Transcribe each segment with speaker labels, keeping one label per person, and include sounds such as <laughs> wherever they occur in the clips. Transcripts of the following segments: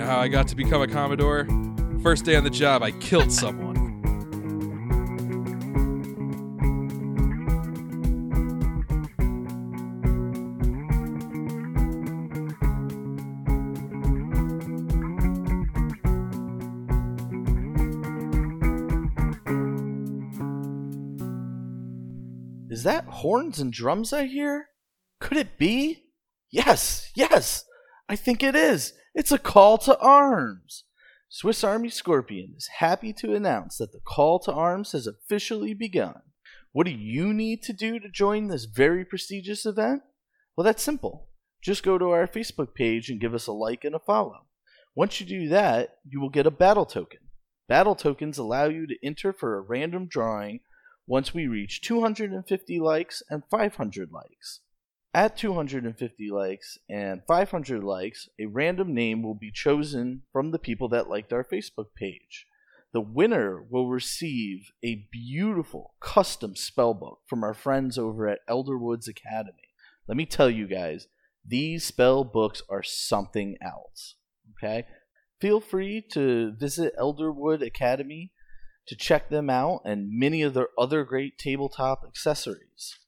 Speaker 1: I got to become a Commodore. First day on the job, I killed someone.
Speaker 2: Is that horns and drums I hear? Could it be? Yes, yes, I think it is. It's a call to arms. Swiss Army Scorpion is happy to announce that the call to arms has officially begun. What do you need to do to join this very prestigious event? Well, that's simple. Just go to our Facebook page and give us a like and a follow. Once you do that, you will get a battle token. Battle tokens allow you to enter for a random drawing once we reach 250 likes and 500 likes. At 250 likes and 500 likes, a random name will be chosen from the people that liked our Facebook page. The winner will receive a beautiful custom spellbook from our friends over at Elderwoods Academy. Let me tell you guys, these spell books are something else. Okay? Feel free to visit Elderwood Academy to check them out and many of their other great tabletop accessories.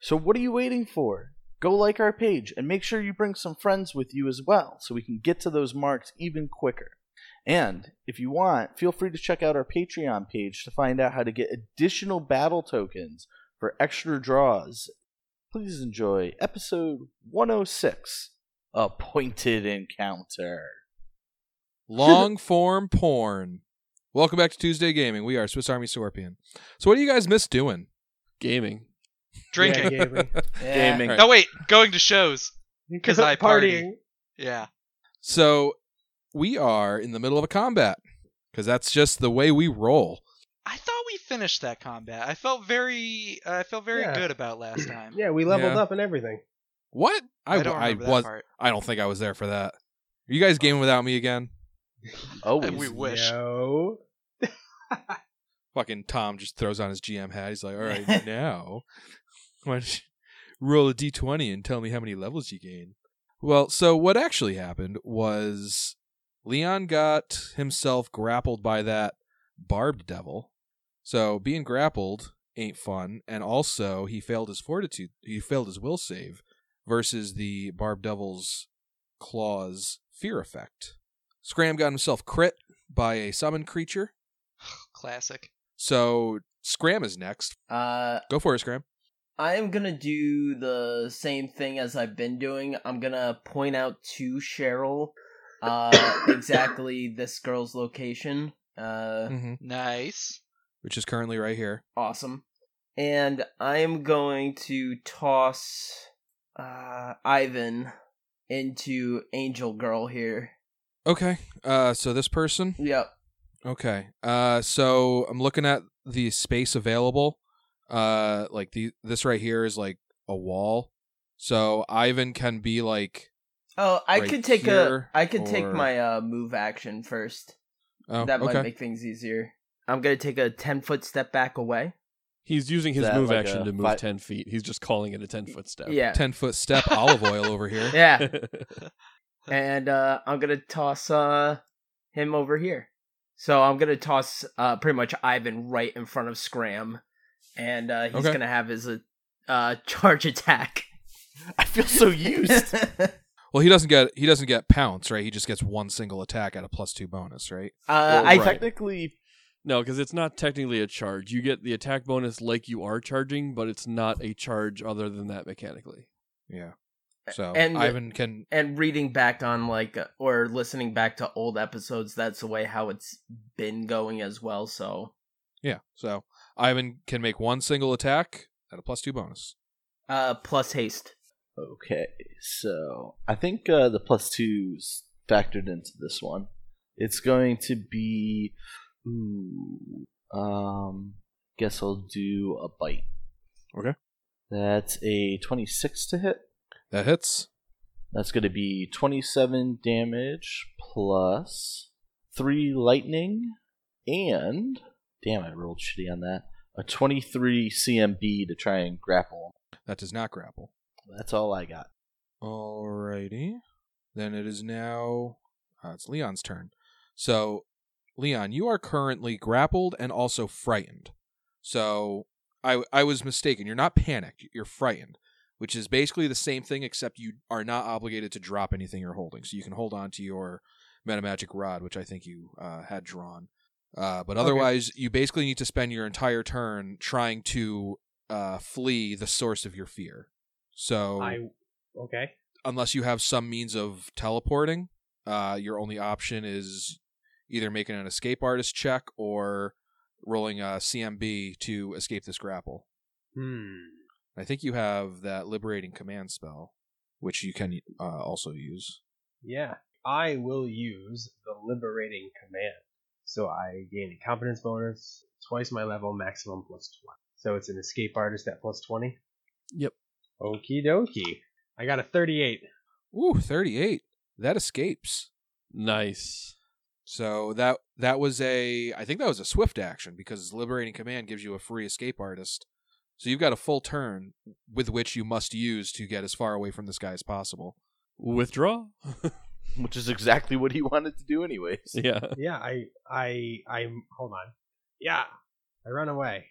Speaker 2: So, what are you waiting for? Go like our page and make sure you bring some friends with you as well so we can get to those marks even quicker. And if you want, feel free to check out our Patreon page to find out how to get additional battle tokens for extra draws. Please enjoy episode 106 Appointed Encounter.
Speaker 3: <laughs>
Speaker 1: Long form porn. Welcome back to Tuesday Gaming. We are Swiss Army Scorpion. So, what do you guys miss doing?
Speaker 4: gaming.
Speaker 3: drinking.
Speaker 5: <laughs>
Speaker 3: <laughs>
Speaker 5: Yeah, gaming.
Speaker 2: Gaming.
Speaker 1: All right.
Speaker 3: No, wait, going to shows. 'Cause I <clears throat> party. Yeah.
Speaker 1: So, we are in the middle of a combat because that's just the way we roll.
Speaker 3: I thought we finished that combat. I felt very, uh, I felt very
Speaker 5: Yeah.
Speaker 3: good about last time.
Speaker 5: Yeah, we leveled
Speaker 1: Yeah.
Speaker 5: up and everything.
Speaker 1: What?
Speaker 3: I, don't remember that
Speaker 1: was.
Speaker 3: part.
Speaker 1: I don't think I was there for that. Are you guys gaming without me again?
Speaker 2: Oh,
Speaker 3: And we wish.
Speaker 5: No.
Speaker 1: Fucking Tom just throws on his GM hat. He's like, "All right, now, why don't you roll a d20 and tell me how many levels you gain." Well, so what actually happened was Leon got himself grappled by that barbed devil. So being grappled ain't fun, and also he failed his fortitude. He failed his will save versus the barbed devil's claws fear effect. Scram got himself crit by a summoned creature.
Speaker 3: Classic.
Speaker 1: So Scram is next.
Speaker 6: Uh,
Speaker 1: Go for it, Scram.
Speaker 6: I am gonna do the same thing as I've been doing. I'm gonna point out to Cheryl
Speaker 1: <coughs>
Speaker 6: uh, exactly this girl's location. Uh,
Speaker 1: Mm-hmm.
Speaker 3: Nice.
Speaker 1: <laughs>
Speaker 3: <laughs>
Speaker 1: Which is currently right here.
Speaker 6: awesome. And I am going to toss uh, Ivan into Angel Girl here.
Speaker 1: Okay. Uh, so this person.
Speaker 6: Yep.
Speaker 1: Okay. Uh, so I'm looking at the space available. Uh, like the this right here is like a wall. So Ivan can be like.
Speaker 6: Oh, I
Speaker 1: Right
Speaker 6: could take
Speaker 1: here,
Speaker 6: a I could take
Speaker 1: or-
Speaker 6: my uh, move action first.
Speaker 1: Oh,
Speaker 6: that might
Speaker 1: okay.
Speaker 6: make things easier. I'm gonna take a ten foot step back away.
Speaker 4: He's using his
Speaker 2: Is that
Speaker 4: move
Speaker 2: like
Speaker 4: action
Speaker 2: a
Speaker 4: to move
Speaker 2: fi-
Speaker 4: ten feet. He's just calling it a ten foot step.
Speaker 6: Yeah.
Speaker 1: Ten foot step olive oil over here.
Speaker 2: <laughs>
Speaker 6: <laughs> Yeah. And uh I'm gonna toss uh him over here. So I'm gonna toss uh pretty much Ivan right in front of Scram. And uh he's
Speaker 1: Okay.
Speaker 6: gonna have his uh, <laughs> uh charge attack. Uh,
Speaker 2: I feel so
Speaker 6: <laughs>
Speaker 2: used.
Speaker 1: Well, he doesn't get he doesn't get pounce, right? He just gets one single attack at a plus two bonus, right?
Speaker 6: uh
Speaker 2: Well,
Speaker 6: I
Speaker 4: right.
Speaker 2: technically
Speaker 4: No, because it's not technically a charge. You get the attack bonus like you are charging, but it's not a charge other than that mechanically.
Speaker 1: Yeah. So
Speaker 6: And-
Speaker 1: Ivan can
Speaker 6: and reading back on like uh, or listening back to old episodes, that's the way how it's been going as well, so
Speaker 1: yeah. So Ivan can make one single attack at a plus two bonus.
Speaker 6: uh plus haste.
Speaker 2: Okay, so I think uh, the plus two's factored into this one. It's going to be, ooh, um, guess I'll do a bite.
Speaker 1: Okay.
Speaker 2: That's a twenty-six to hit.
Speaker 1: That hits.
Speaker 2: That's going to be twenty-seven damage plus three lightning, and damn, I rolled shitty on that. A twenty-three CMB to try and grapple.
Speaker 1: That does not grapple.
Speaker 2: That's all I got.
Speaker 1: Alrighty. Then it is now Uh, it's Leon's turn. So, Leon, you are currently grappled and also frightened. So, I I was mistaken. You're not panicked. You're frightened, which is basically the same thing, except you are not obligated to drop anything you're holding. So you can hold on to your metamagic rod, which I think you uh, had drawn. Uh, but otherwise, you basically need to spend your entire turn trying to uh, flee the source of your fear. So
Speaker 5: I okay.
Speaker 1: unless you have some means of teleporting, uh, your only option is either making an escape artist check or rolling a CMB to escape this grapple.
Speaker 5: Hmm.
Speaker 1: I think you have that liberating command spell, which you can uh, also use.
Speaker 5: Yeah. I will use the liberating command. So I gain a confidence bonus, twice my level, maximum plus 20. So it's an escape artist at plus 20.
Speaker 4: Yep.
Speaker 5: Okie dokie. I got a 38.
Speaker 1: Ooh, 38. That escapes.
Speaker 4: Nice.
Speaker 1: So that that was a I think that was a swift action because liberating command gives you a free escape artist. So you've got a full turn with which you must use to get as far away from this guy as possible.
Speaker 4: Withdraw. <laughs>
Speaker 2: Which is exactly what he wanted to do, anyways.
Speaker 4: yeah.
Speaker 5: Yeah, I, I, I, hold on. Yeah, I run away.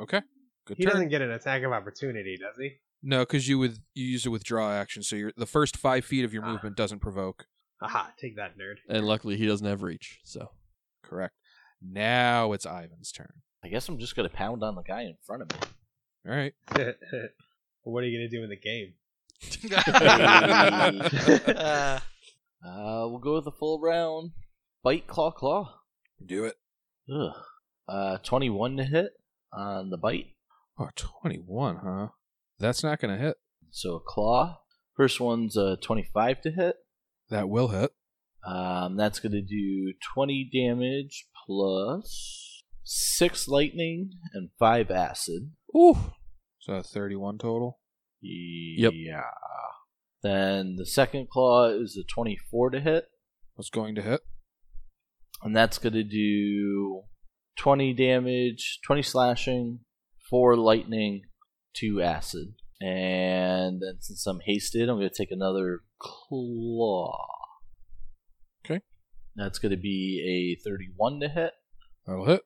Speaker 1: Okay. Good
Speaker 5: He
Speaker 1: turn.
Speaker 5: doesn't get an attack of opportunity, does he?
Speaker 1: No, because you with you use a withdraw action, so your the first five feet of your
Speaker 5: Ah.
Speaker 1: movement doesn't provoke.
Speaker 5: Aha, take that, nerd. <laughs>
Speaker 4: And luckily, he doesn't have reach. So
Speaker 1: Correct. Now it's Ivan's turn.
Speaker 2: I guess I'm just gonna pound on the guy in front of me. <laughs>
Speaker 1: All right.
Speaker 5: what are you going to do in the game?
Speaker 3: uh,
Speaker 2: Uh, we'll go with the full round. Bite, claw, claw.
Speaker 1: Do it.
Speaker 2: Ugh. Uh, 21 to hit on the bite.
Speaker 1: Oh, 21, huh? That's not going to hit.
Speaker 2: So a claw. First one's a 25 to hit.
Speaker 1: That will hit.
Speaker 2: Um, that's going to do 20 damage plus 6 lightning and 5 acid.
Speaker 4: ooh,
Speaker 1: So 31 total.
Speaker 2: Yeah. Then the second claw is a 24 to hit.
Speaker 1: That's going to hit.
Speaker 2: And that's going to do 20 damage, 20 slashing, 4 lightning, 2 acid. And then since I'm hasted, I'm going to take another claw.
Speaker 1: Okay.
Speaker 2: That's going to be a 31 to hit
Speaker 1: That'll hit.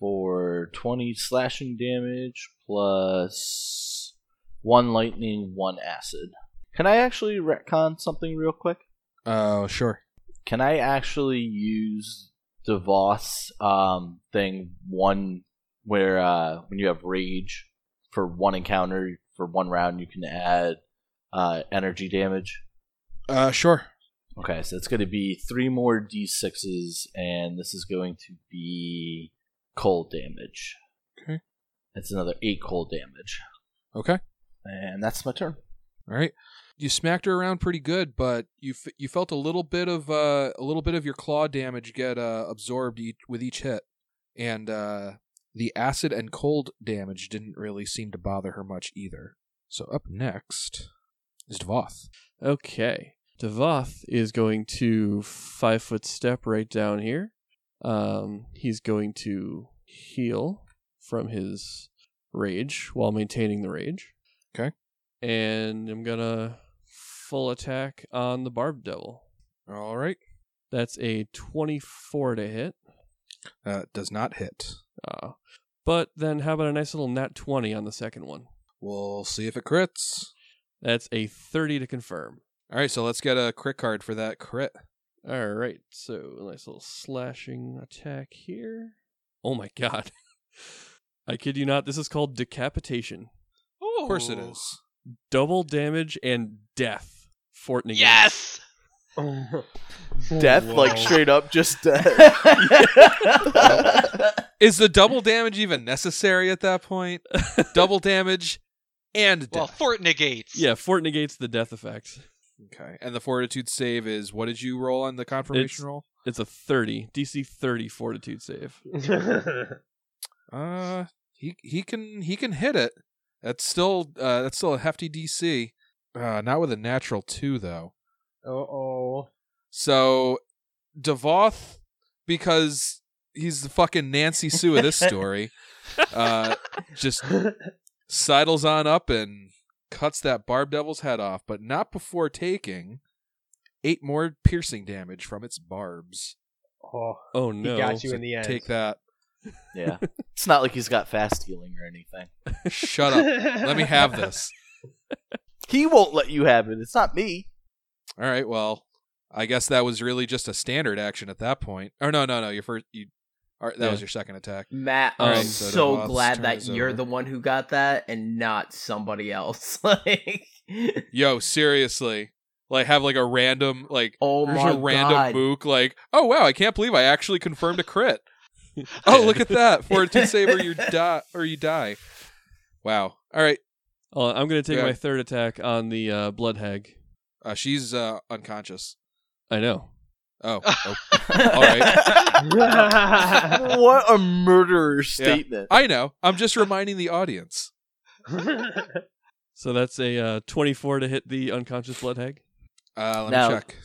Speaker 2: for 20 slashing damage plus 1 lightning, 1 acid. Can I actually retcon something real quick?
Speaker 1: Oh, sure.
Speaker 2: Can I actually use the Voss um, thing one where uh, when you have rage for one encounter for one round you can add uh, energy damage?
Speaker 1: Uh, sure.
Speaker 2: Okay, so it's going to be three more d6s, and this is going to be cold damage.
Speaker 1: Okay.
Speaker 2: That's another eight cold damage,
Speaker 1: Okay.
Speaker 2: and that's my turn.
Speaker 1: All right. You smacked her around pretty good, but you f- you felt a little bit of uh, a little bit of your claw damage get uh, absorbed each- with each hit, and uh, the acid and cold damage didn't really seem to bother her much either. So up next is Dvoth.
Speaker 4: Okay. Devoth is going to five foot step right down here. Um, he's going to heal from his rage while maintaining the rage.
Speaker 1: Okay.
Speaker 4: And I'm gonna full attack on the Barb Devil.
Speaker 1: All right,
Speaker 4: That's a 24 to hit.
Speaker 1: uh, does not hit.
Speaker 4: Uh, but then how about a nice little nat 20 on the second one?
Speaker 1: We'll see if it crits.
Speaker 4: That's a 30 to confirm.
Speaker 1: All right, so let's get a crit card for that crit.
Speaker 4: All right, so a nice little slashing attack here. Oh my god. <laughs> I kid you not, this is called decapitation.
Speaker 1: Of course it
Speaker 3: Oh.
Speaker 1: is.
Speaker 4: Double damage and death. Fort negated.
Speaker 3: yes.
Speaker 2: Death,
Speaker 5: Whoa. <laughs>
Speaker 2: like straight up, <laughs> just
Speaker 1: Is the double damage even necessary at that point? double damage and death.
Speaker 3: Well, Fort negates.
Speaker 4: Yeah, Fort negates the death effect.
Speaker 1: Okay. And the fortitude save is what did you roll on the confirmation
Speaker 4: It's-
Speaker 1: roll?
Speaker 4: It's a 30, DC 30 fortitude save.
Speaker 1: Uh he he can he can hit it. That's still uh that's still a hefty DC. Uh not with a natural 2 though.
Speaker 5: oh.
Speaker 1: So Devoth because he's the fucking Nancy Sue of this story. uh just sidles on up and cuts that barb devil's head off, but not before taking eight more piercing damage from its barbs.
Speaker 5: <laughs> Oh,
Speaker 4: Oh
Speaker 5: he
Speaker 4: no!
Speaker 5: got you in the end.
Speaker 1: Take that.
Speaker 2: Yeah. <laughs> it's not like he's got fast healing or anything.
Speaker 1: Shut up. Let me have <laughs>
Speaker 3: <laughs>
Speaker 6: <laughs>
Speaker 1: this.
Speaker 2: He won't let you have it. It's not me.
Speaker 1: All right. Well, I guess that was really just a standard action at that point. Or no, no, no. Your first. You. All right, that
Speaker 4: Yeah.
Speaker 1: was your second attack.
Speaker 6: Matt,
Speaker 4: All
Speaker 6: I'm
Speaker 4: right,
Speaker 1: so
Speaker 6: so
Speaker 1: Devoth's
Speaker 6: glad
Speaker 1: turn
Speaker 6: that
Speaker 1: is
Speaker 6: you're
Speaker 1: over.
Speaker 6: the one who got that and not somebody else. <laughs> like,
Speaker 1: Yo, seriously. Like have like a random like
Speaker 6: oh
Speaker 1: there's
Speaker 6: my
Speaker 1: a random
Speaker 6: god, <laughs>
Speaker 1: mook like oh wow I can't believe I actually confirmed a crit. oh look at that fortitude saver you die or you die. Wow. All right.
Speaker 4: Oh, I'm gonna take
Speaker 1: Yeah.
Speaker 4: my third attack on the uh, blood hag.
Speaker 1: Uh, she's uh, unconscious.
Speaker 4: I know.
Speaker 6: <laughs>
Speaker 1: Oh, oh. all right.
Speaker 2: <laughs> what a murderer statement.
Speaker 1: I know. I'm just reminding the audience.
Speaker 4: So that's a uh, 24 to hit the unconscious blood hag.
Speaker 1: Uh, let
Speaker 2: Now-
Speaker 1: me check.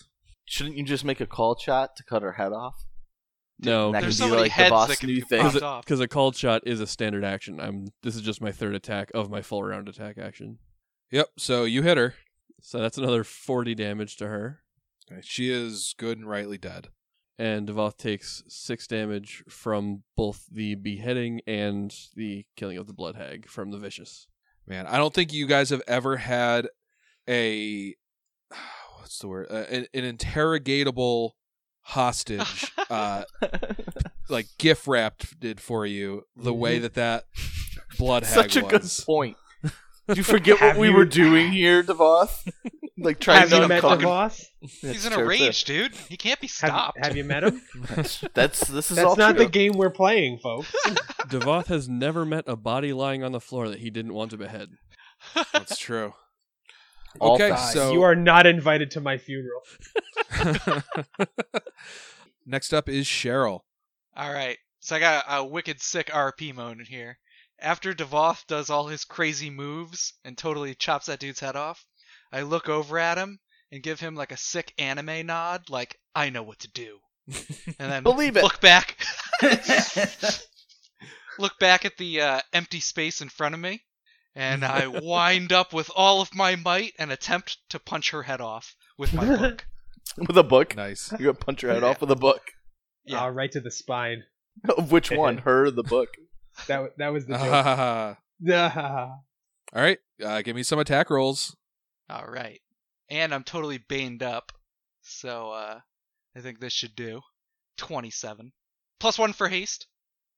Speaker 2: Shouldn't you just make a call shot to cut her head off?
Speaker 4: No,
Speaker 2: That
Speaker 3: There's
Speaker 2: could
Speaker 3: so
Speaker 2: be
Speaker 3: many
Speaker 2: like the
Speaker 3: heads
Speaker 2: boss
Speaker 3: that can
Speaker 2: new
Speaker 3: be
Speaker 2: thing.
Speaker 3: popped
Speaker 4: because
Speaker 3: off.
Speaker 4: a called shot is a standard action. I'm this is just my third attack of my full round attack action.
Speaker 1: Yep. So you hit her.
Speaker 4: So that's another 40 damage to her,
Speaker 1: She is good and rightly dead.
Speaker 4: and Devoth takes six damage from both the beheading and the killing of the blood hag from the
Speaker 3: <laughs>
Speaker 4: vicious.
Speaker 1: Man, I don't think you guys have ever had a <sighs> what's the word? Uh, an, an interrogatable hostage uh like gift wrapped did for you the way that that blood hag
Speaker 2: Such a good
Speaker 1: was.
Speaker 2: point. Do you forget what
Speaker 5: Have
Speaker 2: we
Speaker 5: you-
Speaker 2: were doing here,
Speaker 5: <laughs>
Speaker 2: Devoth? like trying
Speaker 5: Have
Speaker 2: to
Speaker 5: you met the
Speaker 2: uncover-
Speaker 5: boss?
Speaker 3: He's
Speaker 2: That's
Speaker 3: in
Speaker 2: true,
Speaker 3: a
Speaker 2: too.
Speaker 3: rage, dude. He can't be
Speaker 5: Have,
Speaker 3: stopped.
Speaker 5: have you
Speaker 3: <laughs>
Speaker 5: met him?
Speaker 2: That's this is all
Speaker 5: That's not
Speaker 2: true.
Speaker 5: the game we're
Speaker 1: <laughs>
Speaker 5: playing, folks.
Speaker 4: Devoth has never met a body lying on the floor that he didn't want to behead.
Speaker 1: That's true.
Speaker 2: All
Speaker 1: Okay,
Speaker 2: thighs.
Speaker 1: so
Speaker 5: you are not invited to my funeral.
Speaker 1: Next up is Cheryl.
Speaker 3: All right. So I got a wicked sick RP mode in here. After Devoth does all his crazy moves and totally chops that dude's head off, I look over at him and give him like a sick anime nod, like I know what to do. And
Speaker 2: <laughs>
Speaker 3: then
Speaker 2: Believe it.
Speaker 3: look back. <laughs>
Speaker 6: Oh
Speaker 3: look back at the uh, empty space in front of me, and
Speaker 2: <laughs>
Speaker 3: I wind up with all of my might and attempt to punch her head off with my
Speaker 2: <laughs>
Speaker 3: book.
Speaker 2: with a book. <laughs>
Speaker 1: Nice.
Speaker 2: You're gonna punch her head off with a book. <laughs>
Speaker 3: Yeah.
Speaker 5: Ah, right to the spine.
Speaker 2: Of which
Speaker 5: <laughs>
Speaker 2: one? Her or the book?
Speaker 5: That wa-
Speaker 1: <laughs>
Speaker 5: that was the joke. <laughs>
Speaker 1: Ah, all right, uh, give me some attack rolls.
Speaker 3: All right. And I'm totally baned up. So uh I think this should do. 27. Plus 1 for haste.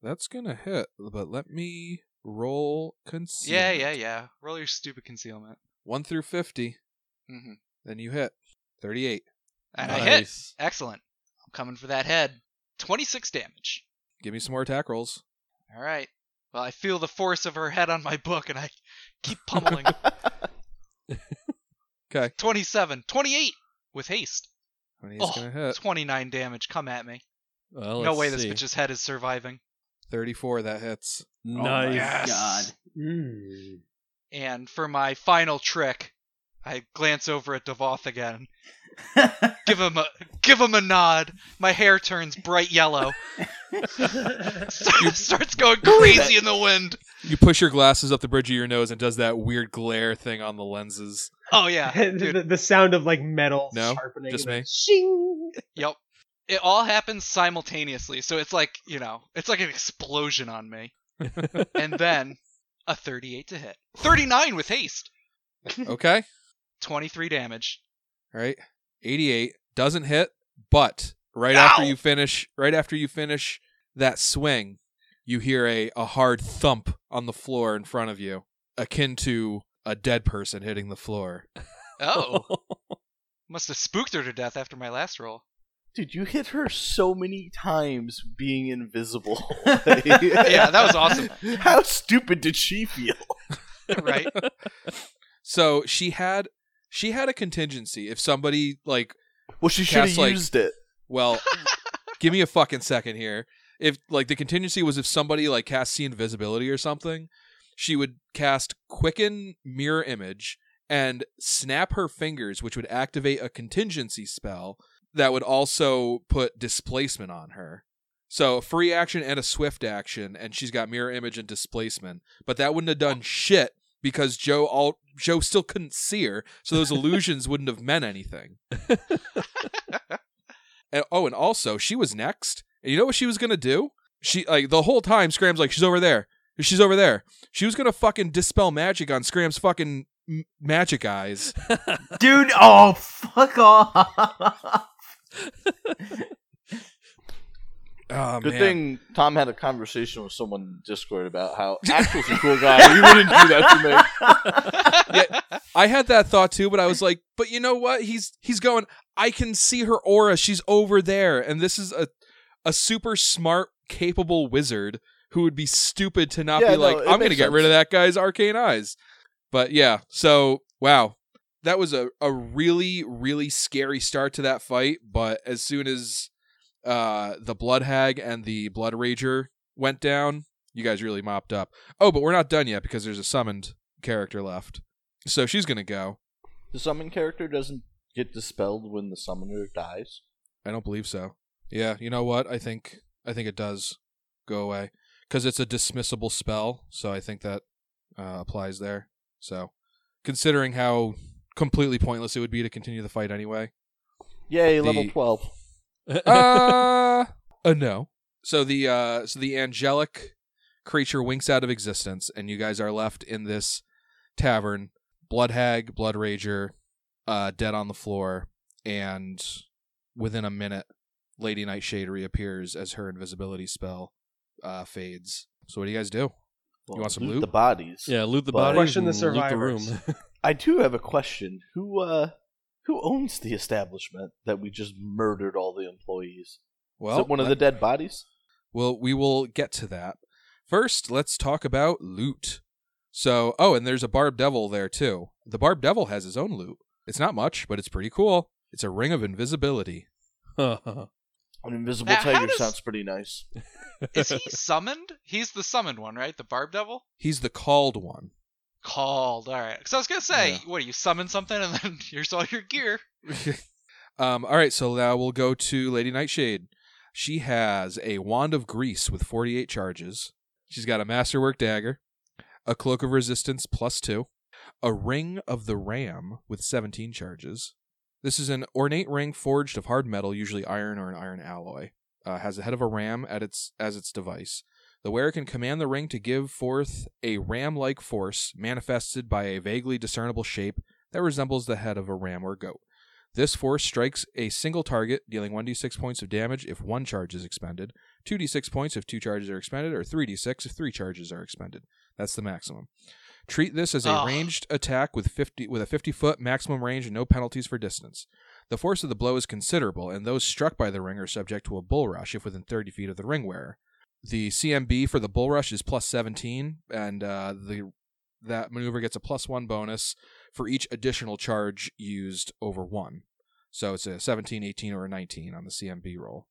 Speaker 1: That's gonna hit, but let me roll conceal.
Speaker 3: Yeah, yeah, yeah. Roll your stupid concealment.
Speaker 1: One through fifty,
Speaker 3: hmm
Speaker 1: then you hit. Thirty-eight.
Speaker 3: And I hit.
Speaker 4: nice.
Speaker 3: Excellent. I'm coming for that head. 26 damage.
Speaker 1: Give me some more attack rolls.
Speaker 3: All right. Well, I feel the force of her head on my book and I keep pummeling.
Speaker 1: Okay,
Speaker 3: 27, 28 with haste.
Speaker 1: and he's
Speaker 3: Oh,
Speaker 1: gonna hit.
Speaker 3: 29 damage. Come at me.
Speaker 4: Well,
Speaker 3: no
Speaker 4: let's
Speaker 3: way this
Speaker 4: see.
Speaker 3: bitch's head is Oh, surviving.
Speaker 1: Thirty-four. That hits.
Speaker 4: nice.
Speaker 6: God.
Speaker 5: Mm.
Speaker 3: And for my final trick, I glance over at Devoth again give him a give him a nod. My hair turns bright yellow. <laughs> starts going crazy in the wind.
Speaker 1: You push your glasses up the bridge of your nose and does that weird glare thing on the lenses.
Speaker 3: Oh
Speaker 5: <laughs>
Speaker 3: yeah, dude.
Speaker 5: the, the sound of like metal
Speaker 1: No,
Speaker 5: sharpening.
Speaker 1: just
Speaker 5: and then
Speaker 1: me.
Speaker 5: Shing.
Speaker 3: Yep. It all happens simultaneously, so it's like you know, it's like an explosion on me. and then a 38 to hit, 39 with haste,
Speaker 1: Okay.
Speaker 3: 23 damage.
Speaker 1: All right. Eighty-eight doesn't hit, but right after you finish, right after you finish that swing, you hear a a hard thump on the floor in front of you, akin to a dead person hitting the floor.
Speaker 3: Oh, must have spooked her to death after my last roll.
Speaker 2: Dude, you hit her so many times being invisible.
Speaker 3: Yeah, that was awesome.
Speaker 2: <laughs> How stupid did she feel?
Speaker 3: right?
Speaker 1: So she had she had a contingency. If somebody like,
Speaker 2: Well, she should have
Speaker 1: Cast, like-
Speaker 2: used it.
Speaker 1: well, give me a fucking second here. If like the contingency was if somebody like cast see invisibility or something, she would cast quicken mirror image and snap her fingers, which would activate a contingency spell that would also put displacement on her. So a free action and a swift action, and she's got mirror image and displacement, but that wouldn't have done shit because Joe all Joe still couldn't see her, so those illusions wouldn't have meant anything. And, oh, and also she was next. And you know what she was gonna do? She like the whole time Scram's like she's over there, she's over there. She was gonna fucking dispel magic on Scram's fucking m- magic eyes.
Speaker 6: <laughs> Dude, oh
Speaker 1: <laughs>
Speaker 6: fuck off.
Speaker 1: Oh,
Speaker 2: Good
Speaker 1: man.
Speaker 2: thing Tom had a conversation with someone in Discord
Speaker 1: <laughs>
Speaker 2: about how Axel's a cool guy. He wouldn't do that to me.
Speaker 1: I had that thought too, but I was like, but you know what? He's he's going. I can see her aura. She's over there, and this is a a super smart, capable wizard who would be stupid to not
Speaker 2: Yeah,
Speaker 1: be
Speaker 2: no,
Speaker 1: like,
Speaker 2: it
Speaker 1: I'm gonna
Speaker 2: makes
Speaker 1: get rid of
Speaker 2: sense.
Speaker 1: that guy's arcane eyes. But yeah, so wow, that was a a really really scary start to that fight. But as soon as uh the blood hag and the blood rager went down, you guys really mopped up. Oh, but we're not done yet because there's a summoned character left. So she's gonna go.
Speaker 2: The summon character doesn't get dispelled when the summoner dies.
Speaker 1: I don't believe so. Yeah, you know what? I think I think it does go away because it's a dismissible spell, so I think that uh, applies there. So, considering how completely pointless it would be to continue the fight anyway,
Speaker 2: Yay,
Speaker 1: The-
Speaker 2: level 12.
Speaker 4: <laughs>
Speaker 1: uh, <laughs> uh no. So the uh so the angelic creature winks out of existence and you guys are left in this tavern, blood hag, blood rager, uh dead on the floor and within a minute Lady Nightshade reappears as her invisibility spell uh fades. So what do you guys do?
Speaker 2: Well,
Speaker 1: want some
Speaker 2: loot
Speaker 1: loot?
Speaker 2: The bodies.
Speaker 4: yeah, loot the
Speaker 2: But-
Speaker 4: body.
Speaker 5: Question the
Speaker 4: loot the room.
Speaker 5: survivors.
Speaker 1: <laughs>
Speaker 5: <laughs>
Speaker 2: I do have a question. Who, uh, who owns the establishment that we just murdered all the employees?
Speaker 1: Well,
Speaker 2: Is it one of the
Speaker 1: let-
Speaker 2: dead bodies?
Speaker 1: Well, we will get to that. First, let's talk about loot. So, oh, and there's a Barb Devil there too. The Barb Devil has his own loot. It's not much, but it's pretty cool. It's a ring of invisibility.
Speaker 2: An invisible
Speaker 3: Now, how
Speaker 2: tiger
Speaker 3: does-
Speaker 2: sounds pretty nice.
Speaker 1: <laughs>
Speaker 3: Is he summoned? He's the summoned one, right? The Barb Devil?
Speaker 1: He's the called one.
Speaker 3: Called. All right. Because I was going to say,
Speaker 1: Yeah.
Speaker 3: what, you summon something and then <laughs> here's all your gear?
Speaker 1: <laughs> um, all right, so now we'll go to Lady Nightshade. She has a wand of grease with 48 charges. She's got a masterwork dagger, a cloak of resistance plus two, a ring of the ram with 17 charges. This is an ornate ring forged of hard metal, usually iron or an iron alloy. Uh, has the head of a ram at its as its device. The wearer can command the ring to give forth a ram-like force manifested by a vaguely discernible shape that resembles the head of a ram or goat. This force strikes a single target, dealing 1d6 points of damage if one charge is expended, 2d6 points if two charges are expended, or 3d6 if three charges are expended. That's the maximum. Treat this as a
Speaker 3: Ugh.
Speaker 1: ranged attack with 50 with a 50 foot maximum range and no penalties for distance. The force of the blow is considerable, and those struck by the ring are subject to a bull rush if within 30 feet of the ring wearer. The CMB for the bull rush is plus 17, and uh, the that maneuver gets a plus one bonus for each additional charge used over one. So it's a 17, 18, or a 19 on the CMB roll.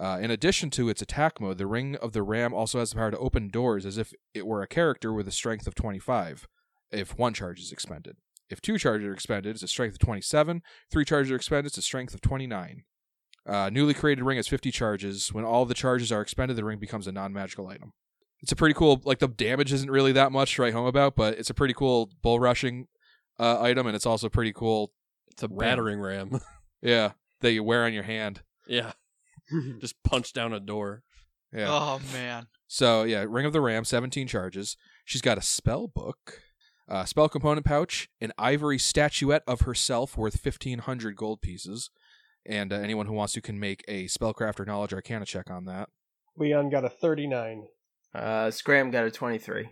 Speaker 1: Uh, in addition to its attack mode, the Ring of the Ram also has the power to open doors as if it were a character with a strength of 25 if one charge is expended. If two charges are expended, it's a strength of 27. Three charges are expended, it's a strength of 29. Uh, newly created ring has 50 charges. When all the charges are expended, the ring becomes a non magical item. It's a pretty cool, like, the damage isn't really that much to write home about, but it's a pretty cool bull rushing uh, item, and it's also pretty cool,
Speaker 4: <laughs> it's a
Speaker 1: Ram.
Speaker 4: battering ram. <laughs>
Speaker 1: yeah, that you wear on your hand.
Speaker 4: yeah, just punch down a door.
Speaker 1: Yeah.
Speaker 3: Oh, man.
Speaker 1: So yeah, Ring of the Ram, seventeen charges. She's got a spell book, a spell component pouch, an ivory statuette of herself worth fifteen hundred gold pieces, and uh, anyone who wants to can make a spellcraft or knowledge arcana check on that.
Speaker 5: Leon got a 39.
Speaker 6: Uh, Scram got a 23.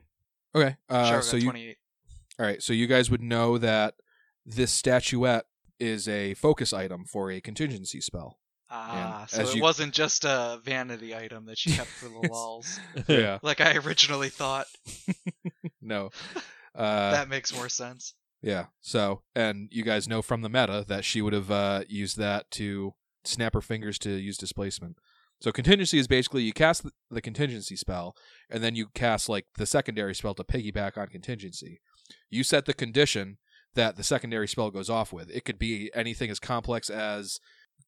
Speaker 1: Okay, uh,
Speaker 3: sure,
Speaker 1: so
Speaker 3: got
Speaker 1: you
Speaker 3: 28.
Speaker 1: all right? So you guys would know that this statuette is a focus item for a contingency spell.
Speaker 3: Ah, so
Speaker 1: as
Speaker 3: it
Speaker 1: you-
Speaker 3: wasn't just a vanity item that she
Speaker 1: <laughs>
Speaker 3: kept for the lulls, like I originally thought.
Speaker 1: no. Uh,
Speaker 3: that makes more sense.
Speaker 1: Yeah. So, and you guys know from the meta that she would have uh, used that to snap her fingers to use displacement. So contingency is basically you cast th- the contingency spell, and then you cast like the secondary spell to piggyback on contingency. You set the condition that the secondary spell goes off with. It could be anything as complex as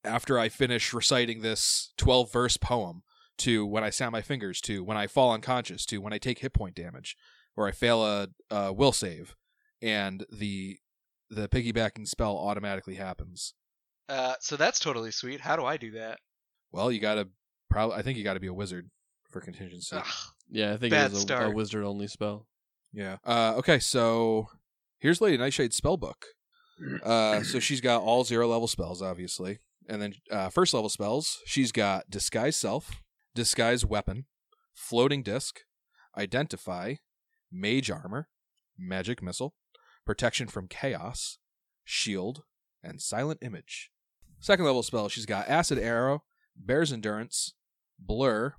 Speaker 1: after I finish reciting this 12 verse poem to when I sound my fingers to when I fall unconscious to when I take hit point damage or I fail a, a will save, and the the piggybacking spell automatically happens.
Speaker 3: Uh, so that's totally sweet. How do I do that?
Speaker 1: Well, you gotta probably. I think you gotta be a wizard for contingency.
Speaker 3: Ugh,
Speaker 4: Yeah, I think
Speaker 3: Bad
Speaker 4: it was a, a
Speaker 3: start.
Speaker 4: wizard only spell.
Speaker 1: Yeah. Uh, okay, so here's Lady Nightshade's spell book. Uh, so she's got all zero level spells, obviously, and then uh, first level spells. She's got disguise self, disguise weapon, floating disc, identify, mage armor, magic missile, protection from chaos, shield, and silent image. Second level spell. She's got acid arrow, bear's endurance, blur,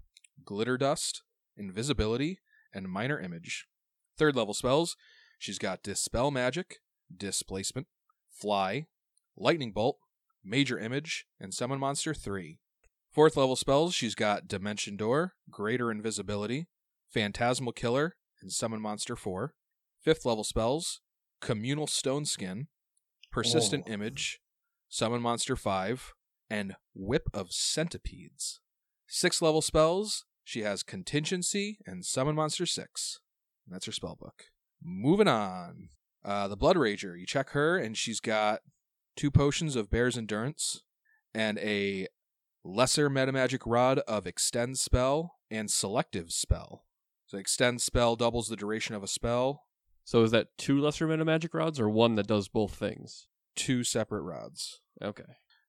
Speaker 1: glitter dust, invisibility, and minor image third level spells. She's got Dispel Magic, Displacement, Fly, Lightning Bolt, Major Image, and Summon Monster 3. Fourth level spells, she's got Dimension Door, Greater Invisibility, Phantasmal Killer, and Summon Monster 4. Fifth level spells, Communal Stone Skin, Persistent
Speaker 5: Oh.
Speaker 1: Image, Summon Monster 5, and Whip of Centipedes. Sixth level spells, she has Contingency and Summon Monster 6. And that's her spell book. Moving on. Uh, the Blood Rager. You check her, and she's got two potions of Bear's Endurance and a lesser metamagic rod of Extend Spell and Selective Spell. So, Extend Spell doubles the duration of a spell,
Speaker 4: So is that two lesser mana magic rods or one that does both things?
Speaker 1: two separate rods.
Speaker 4: Okay.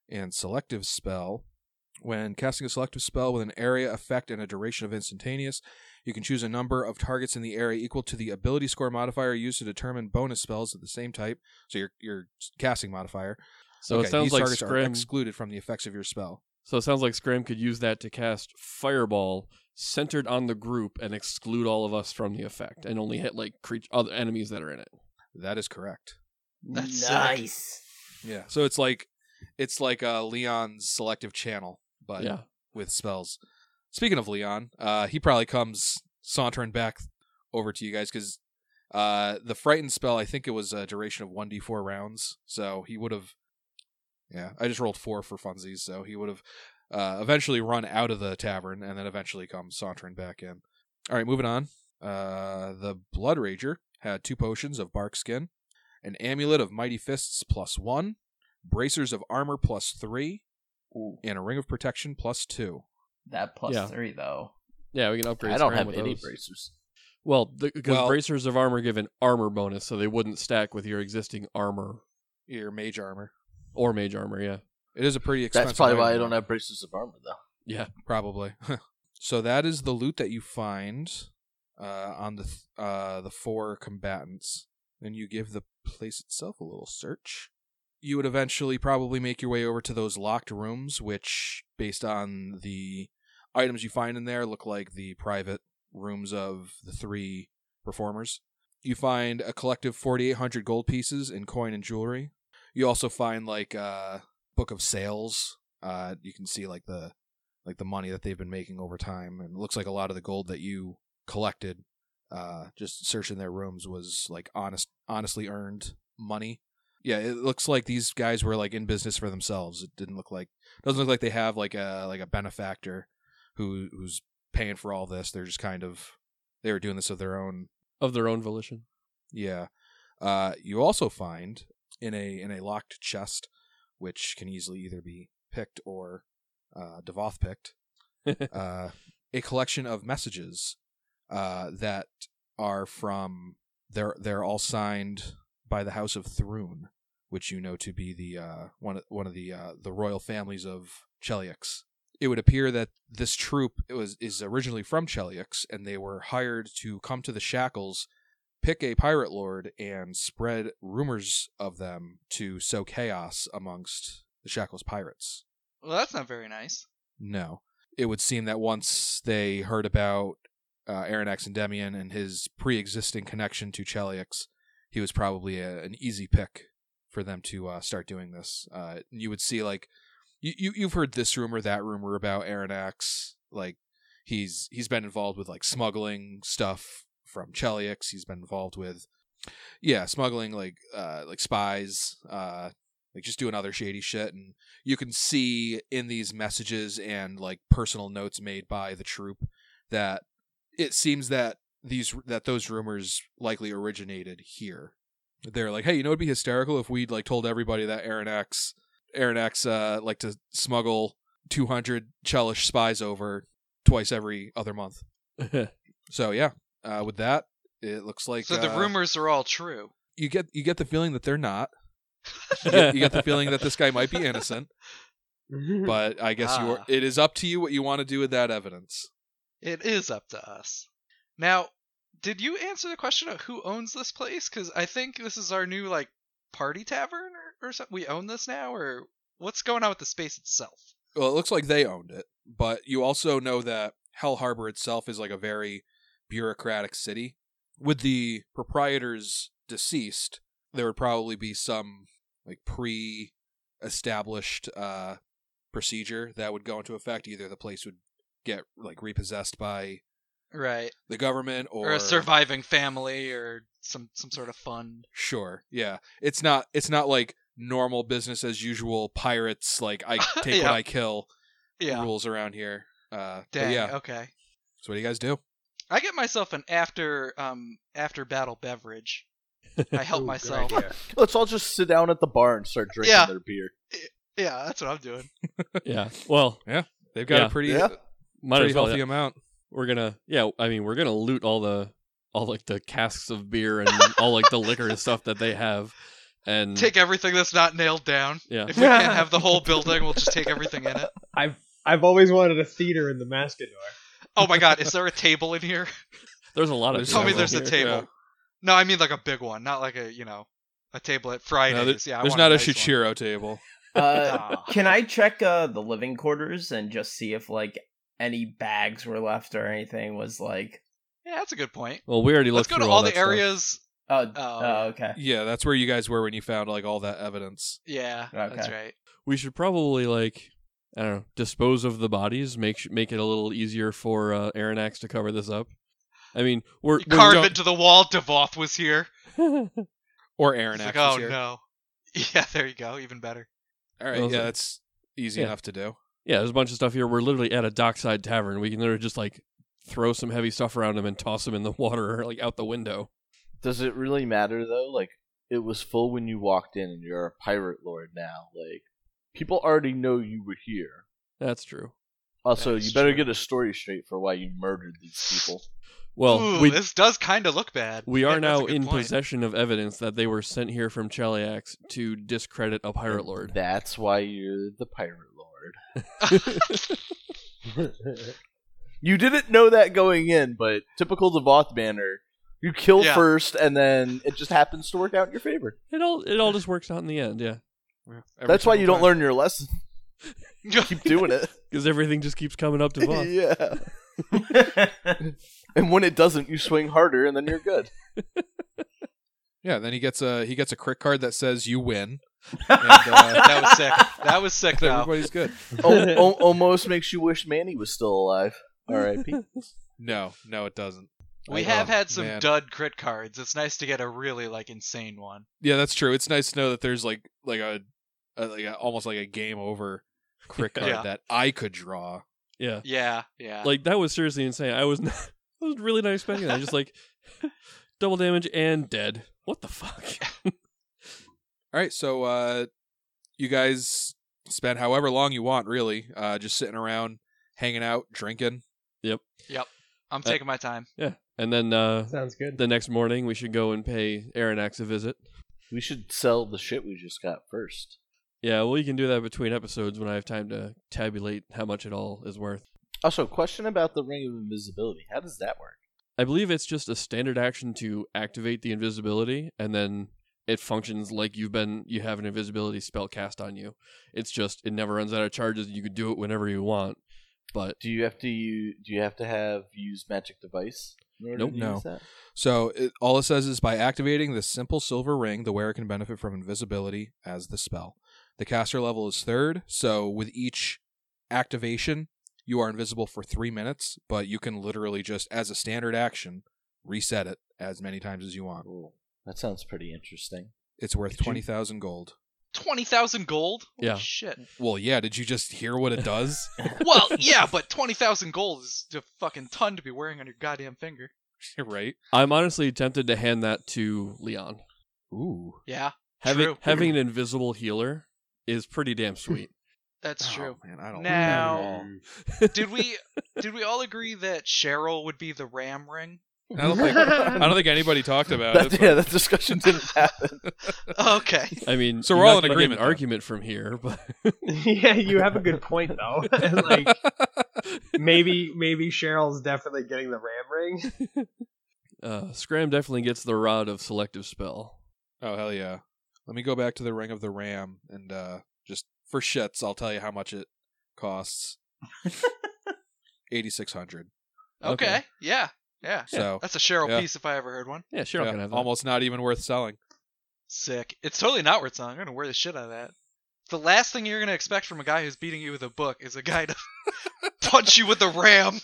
Speaker 1: and selective spell. When casting a selective spell with an area effect and a duration of instantaneous, you can choose a number of targets in the area equal to the ability score modifier used to determine bonus spells of the same type. So your your casting modifier.
Speaker 4: So
Speaker 1: Okay,
Speaker 4: it sounds
Speaker 1: these
Speaker 4: like
Speaker 1: targets are
Speaker 4: Scrim.
Speaker 1: excluded from the effects of your spell.
Speaker 4: so it sounds like Scrim could use that to cast Fireball centered on the group and exclude all of us from the effect and only hit like creature other enemies that are in it.
Speaker 1: That is correct.
Speaker 3: That's sick.
Speaker 6: nice.
Speaker 1: Yeah. So it's like it's like uh, Leon's selective channel, but
Speaker 4: yeah.
Speaker 1: with spells. Speaking of Leon, uh, he probably comes sauntering back over to you guys because uh, the frightened spell, I think it was a duration of 1d4 rounds. So he would have. Yeah, I just rolled four for funsies. So he would have uh, eventually run out of the tavern and then eventually come sauntering back in. All right, moving on. Uh, the Blood Rager had two potions of bark skin, an amulet of mighty fists plus one, bracers of armor plus three,
Speaker 6: Ooh,
Speaker 1: and a ring of protection plus two.
Speaker 6: that plus
Speaker 4: Yeah.
Speaker 1: <laughs>
Speaker 6: three though.
Speaker 4: Yeah, we can upgrade
Speaker 2: I don't
Speaker 4: Scrim
Speaker 2: have
Speaker 4: with
Speaker 2: any
Speaker 4: those.
Speaker 2: bracers.
Speaker 4: Well, because
Speaker 1: Well-
Speaker 4: bracers of armor give an armor bonus, so they wouldn't stack with your existing armor
Speaker 1: your mage armor.
Speaker 4: or mage armor. Yeah,
Speaker 1: It is a pretty expensive.
Speaker 2: That's probably why I
Speaker 1: item,
Speaker 2: don't have bracers of armor though.
Speaker 4: yeah.
Speaker 1: Probably. <laughs> so that is the loot that you find uh, on the th- uh, the four combatants. Then you give the place itself a little search. You would eventually probably make your way over to those locked rooms, which, based on the items you find in there, look like the private rooms of the three performers. You find a collective 4,800 gold pieces in coin and jewelry. You also find like a book of sales. Uh, you can see like the like the money that they've been making over time, and it looks like a lot of the gold that you collected, uh, just searching their rooms was like honest, honestly earned money. Yeah, it looks like these guys were like in business for themselves. It didn't look like doesn't look like they have like a like a benefactor who who's paying for all this. They're just kind of they were doing this of their own
Speaker 4: of their own volition. <laughs>
Speaker 1: yeah. Uh, you also find in a in a locked chest, which can easily either be picked or uh, Devoth picked, uh, a collection of messages uh, that are from they're they're all signed by the House of Thrun, which you know to be the uh, one of, one of the uh, the royal families of Chelyx. It would appear that this troop was is originally from Chelyx, and they were hired to come to the Shackles pick a pirate lord and spread rumors of them to sow chaos amongst the Shackles pirates.
Speaker 3: Well, that's not very nice.
Speaker 1: No. It would seem that once they heard about uh, Aaron Demian and his pre existing connection to Chelyx, he was probably a, an easy pick for them to uh, start doing this. Uh, you would see, like, you, you, you've heard this rumor, that rumor about Aranax. Like, he's he's been involved with, like, smuggling stuff from Chelyx. He's been involved with, yeah, smuggling, like, uh, like spies, uh, like, just doing other shady shit. And you can see in these messages and like personal notes made by the troop that it seems that these that those rumors likely originated here. They're like, hey, you know, it'd be hysterical if we'd like told everybody that Aaron X, Aaron X, uh, like to smuggle two hundred Chelish spies over twice every other month. So yeah, uh, with that, it looks like
Speaker 3: so the
Speaker 1: uh,
Speaker 3: rumors are all true.
Speaker 1: you get you get the feeling that they're not. You get, you get the feeling that this guy might be innocent, but I guess you are,
Speaker 3: Mm. Ah.
Speaker 1: it is up to you what you want to do with that evidence.
Speaker 3: It is up to us. Now, did you answer the question of who owns this place? Because I think this is our new like party tavern or, or something. We own this now, or what's going on with the space itself?
Speaker 1: Well, it looks like they owned it, but you also know that Hell Harbor itself is like a very bureaucratic city. With the proprietors deceased, there would probably be some like pre-established uh procedure that would go into effect. Either the place would get like repossessed by
Speaker 3: Right,
Speaker 1: the government
Speaker 3: or, a surviving family, or some some sort of fund.
Speaker 1: Sure. Yeah. It's not it's not like normal business as usual pirates like
Speaker 3: <laughs>
Speaker 1: I take
Speaker 3: Yeah.
Speaker 1: what I kill
Speaker 3: Yeah.
Speaker 1: rules around here. Uh but
Speaker 3: Dang. oh.
Speaker 1: yeah.
Speaker 3: Okay.
Speaker 1: So what do you guys do?
Speaker 3: I get myself an after um after battle beverage. I help
Speaker 5: Ooh, good
Speaker 3: myself.
Speaker 5: idea.
Speaker 2: Let's all just sit down at the bar and start drinking
Speaker 3: Yeah.
Speaker 2: their beer.
Speaker 3: Yeah, that's what I'm doing.
Speaker 4: yeah. Well,
Speaker 1: They've got
Speaker 4: Yeah.
Speaker 1: a pretty uh,
Speaker 2: Yeah.
Speaker 4: might
Speaker 1: pretty
Speaker 4: as well.
Speaker 1: healthy amount.
Speaker 4: We're gonna. Yeah. I mean, we're gonna loot all the all like the casks of beer and all like the liquor and stuff that they have, and
Speaker 3: Take everything that's not nailed down.
Speaker 4: Mm. yeah.
Speaker 3: If we can't have the whole building, we'll just take everything in it.
Speaker 5: I've I've always wanted a theater in the Mascador.
Speaker 3: Oh my god, is there a table in here?
Speaker 4: There's a lot of.
Speaker 1: There's
Speaker 3: Tell me
Speaker 1: several
Speaker 4: travel
Speaker 3: there's a
Speaker 4: here.
Speaker 3: table.
Speaker 1: yeah.
Speaker 3: No, I mean like a big one, not like a you know a table at Fridays.
Speaker 1: No, there-
Speaker 3: yeah, I
Speaker 1: there's
Speaker 3: want
Speaker 1: not a
Speaker 3: nice one.
Speaker 1: Shichiro table.
Speaker 6: Uh,
Speaker 3: Ah.
Speaker 6: can I check uh, the living quarters and just see if like any bags were left or anything was like?
Speaker 3: Yeah, that's a good point.
Speaker 4: Well, we already
Speaker 3: Let's
Speaker 4: looked
Speaker 3: go to
Speaker 4: through
Speaker 3: all
Speaker 4: that
Speaker 3: the
Speaker 4: stuff.
Speaker 3: areas.
Speaker 6: Oh,
Speaker 3: Oh,
Speaker 6: oh, okay.
Speaker 1: <laughs> Yeah, that's where you guys were when you found like all that evidence.
Speaker 3: yeah, that's
Speaker 6: Okay.
Speaker 3: right.
Speaker 4: We should probably like I don't know dispose of the bodies. Make sh- make it a little easier for uh, Aranax to cover this up. I mean, we're
Speaker 3: You
Speaker 4: we're-
Speaker 3: carve
Speaker 4: don't-
Speaker 3: into the wall. Devoth was here.
Speaker 1: Or Aaron
Speaker 3: It's like,
Speaker 1: Axe
Speaker 3: oh
Speaker 1: is here.
Speaker 3: no. <laughs> Yeah, there you go. Even better.
Speaker 1: All right,
Speaker 4: Well,
Speaker 1: yeah,
Speaker 4: so-
Speaker 1: that's easy
Speaker 4: Yeah.
Speaker 1: enough to do.
Speaker 4: Yeah, there's a bunch of stuff here. We're literally at a dockside tavern. We can literally just like throw some heavy stuff around them and toss them in the water <laughs> or like out the window.
Speaker 2: Does it really matter though? Like it was full when you walked in and you're a pirate lord now. Like people already know you were here.
Speaker 4: That's true.
Speaker 2: Also,
Speaker 3: That's
Speaker 2: you better
Speaker 3: true.
Speaker 2: get a story straight for why you murdered these people.
Speaker 4: Well,
Speaker 3: Ooh,
Speaker 4: we
Speaker 3: this does kind of look bad.
Speaker 4: we
Speaker 3: Yeah,
Speaker 4: are
Speaker 3: that's a
Speaker 4: now
Speaker 3: good
Speaker 4: in
Speaker 3: point.
Speaker 4: possession of evidence that they were sent here from Cheliax to discredit a pirate
Speaker 2: And
Speaker 4: lord.
Speaker 2: That's why you're the pirate
Speaker 4: <laughs>
Speaker 2: lord. <laughs> You didn't know that going in, but typical Devoth banner. You kill
Speaker 3: Yeah.
Speaker 2: first, and then it just happens to work out in your favor.
Speaker 4: It all it all just works out in the end, yeah.
Speaker 1: Every
Speaker 2: That's why
Speaker 1: single
Speaker 2: you don't
Speaker 1: time.
Speaker 2: learn your lesson. <laughs> Keep doing it.
Speaker 4: Because everything just keeps coming
Speaker 2: <laughs>
Speaker 4: up to Voth.
Speaker 2: yeah. <laughs> And when it doesn't, you swing harder, and then you're good.
Speaker 1: Yeah, then he gets a he gets a crit card that says you win.
Speaker 3: <laughs> <laughs>
Speaker 1: uh, <laughs>
Speaker 3: that
Speaker 4: <laughs>
Speaker 3: was sick. That was sick, though.
Speaker 1: Everybody's good.
Speaker 2: Al- al- almost makes you wish Manny was still alive. R.I.P.
Speaker 1: No, no, it doesn't.
Speaker 3: We
Speaker 1: Oh,
Speaker 3: have had some
Speaker 1: man.
Speaker 3: dud crit cards. It's nice to get a really like insane one.
Speaker 1: Yeah, that's true. It's nice to know that there's like like a, a like a, almost like a game over crit card
Speaker 3: Yeah.
Speaker 1: that I could draw.
Speaker 4: Yeah.
Speaker 3: Yeah, yeah.
Speaker 4: Like that was seriously insane. I was not, <laughs> I was really not expecting that. Just like double damage and dead. What the fuck?
Speaker 1: All right, so uh you guys spend however long you want really, uh just sitting around, hanging out, drinking.
Speaker 4: uh,
Speaker 3: I'm taking my time.
Speaker 4: yeah. And then uh
Speaker 5: Sounds good.
Speaker 4: the next morning we should go and pay Aranax a visit.
Speaker 2: We should sell the shit we just got first.
Speaker 4: Yeah, well you can do that between episodes when I have time to tabulate how much it all is worth.
Speaker 2: Also, question about the ring of invisibility. How does that work?
Speaker 4: I believe it's just a standard action to activate the invisibility and then it functions like you've been you have an invisibility spell cast on you. It's just it never runs out of charges. You could do it whenever you want. But
Speaker 2: Do you have to use, Do you have to have use magic device? In order
Speaker 4: Nope.
Speaker 2: to
Speaker 1: No.
Speaker 2: Use that?
Speaker 1: So it, all it says is by activating this simple silver ring, the wearer can benefit from invisibility as the spell. The caster level is third, so with each activation, you are invisible for three minutes, but you can literally just, as a standard action, reset it as many times as you want.
Speaker 2: Ooh, that sounds pretty interesting.
Speaker 1: It's worth
Speaker 5: Could you-
Speaker 1: 20,000 gold.
Speaker 3: Twenty thousand gold. Holy
Speaker 4: Yeah.
Speaker 3: Shit.
Speaker 1: Well, yeah, did you just hear what it does? <laughs>
Speaker 3: Well, yeah, but twenty thousand gold is a fucking ton to be wearing on your goddamn finger.
Speaker 1: right?
Speaker 4: I'm honestly tempted to hand that to Leon.
Speaker 1: Ooh.
Speaker 3: Yeah,
Speaker 4: Having
Speaker 3: True.
Speaker 4: having an invisible healer is
Speaker 1: <laughs>
Speaker 4: pretty damn sweet.
Speaker 3: that's
Speaker 1: Oh,
Speaker 3: true.
Speaker 1: Man, I don't
Speaker 3: Now-
Speaker 1: like that at all.
Speaker 3: Did we did we all agree that Cheryl would be the ram ring?
Speaker 1: I don't think I don't think anybody talked about
Speaker 2: <laughs> That-
Speaker 1: it. but-
Speaker 2: yeah, that discussion didn't happen.
Speaker 3: Okay.
Speaker 4: <laughs> I mean,
Speaker 1: So
Speaker 4: you're
Speaker 1: we're all
Speaker 4: not
Speaker 1: in
Speaker 4: gonna
Speaker 1: agreement,
Speaker 4: get An
Speaker 1: though.
Speaker 4: argument from here, but
Speaker 2: <laughs>
Speaker 5: yeah, you have a good point though. <laughs> like maybe maybe Cheryl's definitely getting the ram ring.
Speaker 4: uh, Scram definitely gets the rod of selective spell.
Speaker 1: Oh hell yeah! Let me go back to the ring of the ram and uh just for shits, I'll tell you how much it costs. Eighty six hundred.
Speaker 3: okay, yeah, yeah.
Speaker 1: So
Speaker 3: That's a Cheryl
Speaker 1: Oh, Yeah.
Speaker 3: piece if I ever heard one.
Speaker 4: Yeah, Cheryl
Speaker 1: yeah,
Speaker 4: can have that.
Speaker 1: almost not even worth selling.
Speaker 3: Sick. It's totally not worth selling. I'm gonna wear the shit out of that. The last thing you're gonna expect from a guy who's beating you with a book is a guy to <laughs> punch you with a ram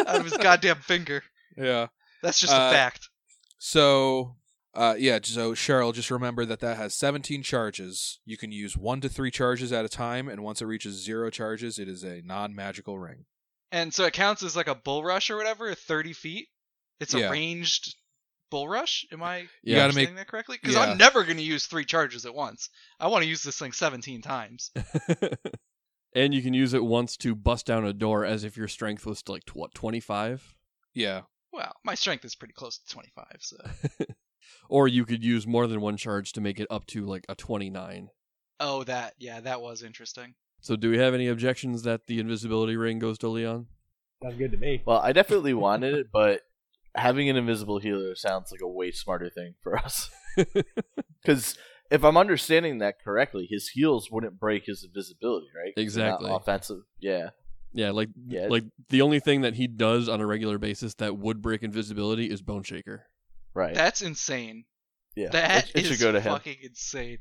Speaker 3: <laughs> out of his goddamn finger.
Speaker 1: Yeah.
Speaker 3: That's just
Speaker 1: Uh,
Speaker 3: a fact.
Speaker 1: So, uh, yeah. So Cheryl, just remember that that has seventeen charges. You can use one to three charges at a time, and once it reaches zero charges, it is a non magical ring.
Speaker 3: And so it counts as like a bull rush or whatever, 30 feet. It's a
Speaker 1: Yeah.
Speaker 3: ranged bull rush. Am I
Speaker 1: You
Speaker 4: Yeah.
Speaker 1: got to make
Speaker 3: understanding that correctly? Because
Speaker 1: yeah.
Speaker 3: I'm never gonna use three charges at once. I want to use this thing
Speaker 1: <laughs>
Speaker 3: 17 times.
Speaker 4: <laughs> and you can use it once to bust down a door as if your strength was like tw- what 25
Speaker 1: yeah.
Speaker 3: Well, my strength is pretty close to 25, so
Speaker 4: <laughs> or you could use more than one charge to make it up to like a 29
Speaker 3: oh that yeah, that was interesting.
Speaker 4: so do we have any objections that the invisibility ring goes to leon
Speaker 5: Sounds good to me.
Speaker 2: Well, I definitely wanted it, but having an invisible healer sounds like a way smarter thing for
Speaker 1: <laughs>
Speaker 2: us. Because if I'm understanding that correctly, his heals wouldn't break his invisibility, right? 'Cause they're not
Speaker 4: Exactly.
Speaker 2: offensive. Yeah.
Speaker 4: yeah like
Speaker 2: Yeah,
Speaker 4: like the only thing that he does on a regular basis that would break invisibility is bone shaker
Speaker 2: Right.
Speaker 3: That's insane.
Speaker 2: yeah.
Speaker 3: That
Speaker 2: it, it
Speaker 3: is
Speaker 2: should go to him.
Speaker 3: fucking insane.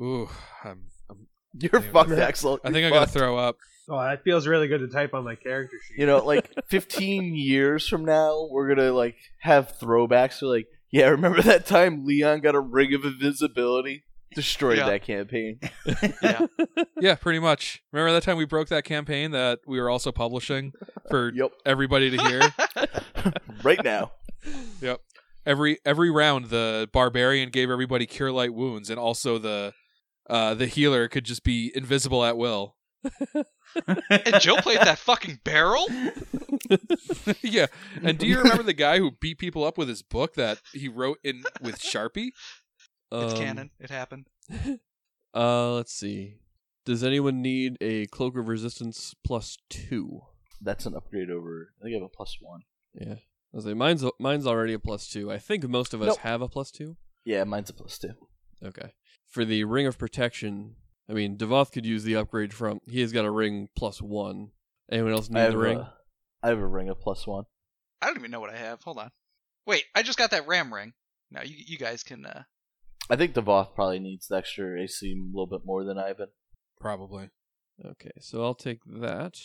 Speaker 1: Ooh, I'm. I'm
Speaker 3: <laughs>
Speaker 2: You're
Speaker 1: Yeah.
Speaker 2: fucked, Axel.
Speaker 1: I think
Speaker 2: You're
Speaker 1: I'm gonna
Speaker 2: fucked.
Speaker 1: throw up.
Speaker 5: Oh, that feels really good to type on my character sheet.
Speaker 2: You know,
Speaker 5: <laughs>
Speaker 2: like 15 <laughs> years from now, we're gonna like have throwbacks. we like, yeah, remember that time Leon got a ring of invisibility? Destroyed
Speaker 3: Yeah.
Speaker 1: <laughs>
Speaker 2: that campaign.
Speaker 3: Yeah.
Speaker 1: Yeah, pretty much. Remember that time we broke that campaign that we were also publishing for
Speaker 2: Yep.
Speaker 1: everybody to hear?
Speaker 2: Right now.
Speaker 1: every every round the barbarian gave everybody cure light wounds and also the uh the healer could just be invisible at will <laughs>
Speaker 3: and Joe
Speaker 2: <laughs>
Speaker 3: played that fucking barrel?
Speaker 1: yeah and do you remember the guy who beat people up with his book that he wrote in with sharpie
Speaker 3: It's
Speaker 4: Um,
Speaker 3: canon. It happened.
Speaker 4: uh let's see does anyone need a cloak of resistance plus two
Speaker 2: That's an upgrade over. I think I have a plus one.
Speaker 4: yeah I was like, mine's mine's already a plus two. I think most of us
Speaker 2: Nope.
Speaker 4: have a plus two.
Speaker 2: Yeah, mine's a plus two.
Speaker 4: Okay. For the ring of protection, I mean, Devoth could use the upgrade from. He has got a ring plus one. Anyone else
Speaker 2: I
Speaker 4: need
Speaker 2: have, uh,
Speaker 4: the ring?
Speaker 2: A, I have a ring of plus one.
Speaker 3: I don't even know what I have. Hold on. Wait, I just got that ram ring. Now you you guys can uh
Speaker 2: I think Devoth probably needs the extra AC a little bit more than Ivan.
Speaker 1: probably
Speaker 4: Okay, so I'll take that.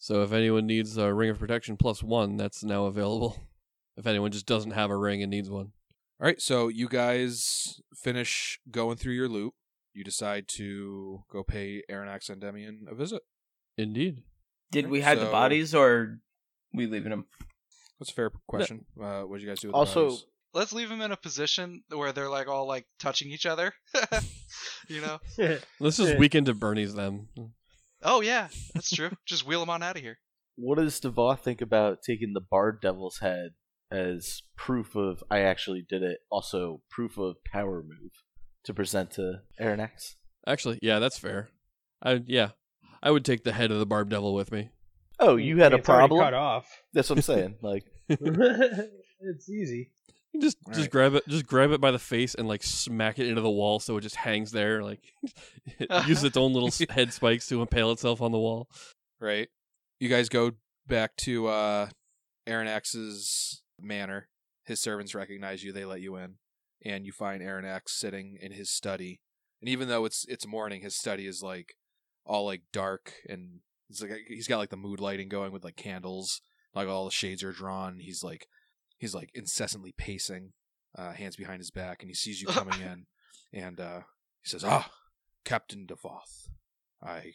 Speaker 4: So if anyone needs a ring of protection plus one, that's now available. <laughs> If anyone just doesn't have a ring and needs one.
Speaker 1: all right so you guys finish going through your loot you decide to go pay Aronax and Demian a visit
Speaker 4: Indeed.
Speaker 6: Did we hide the
Speaker 1: So-
Speaker 6: bodies or we leaving them?
Speaker 1: that's a fair question uh what did you guys do with the
Speaker 2: Also,
Speaker 1: bodies?
Speaker 3: let's leave them in a position where they're like all like touching each other. <laughs> you <laughs> know?
Speaker 4: Let's just
Speaker 5: Yeah.
Speaker 4: weekend to Bernie's them.
Speaker 3: Oh yeah, that's true. just wheel them on out of here.
Speaker 2: what does Devoth think about taking the Bard Devil's head as proof of I actually did it? Also, proof of power move to present to Aronax.
Speaker 4: Actually, yeah, that's fair. I yeah. I would take the head of the Barb Devil with me.
Speaker 2: Oh, you had a
Speaker 5: It's already Cut
Speaker 2: problem.
Speaker 5: off. <laughs>
Speaker 2: That's what I'm saying. Like,
Speaker 5: it's easy.
Speaker 4: Just
Speaker 1: All
Speaker 4: just
Speaker 1: right.
Speaker 4: grab it just grab it by the face and like smack it into the wall so it just hangs there like <laughs> it uses its own
Speaker 1: <laughs>
Speaker 4: little s- head spikes to impale itself on the wall.
Speaker 1: right? You guys go back to uh Aronax's manor. His servants recognize you, they let you in, and you find Aronax sitting in his study. And even though it's it's morning, his study is like all like dark and it's like he's got like the mood lighting going with like candles, like all the shades are drawn. He's like he's like incessantly pacing, uh, hands behind his back, and he sees you coming in, and uh, he says, "Ah, Captain Devoth, I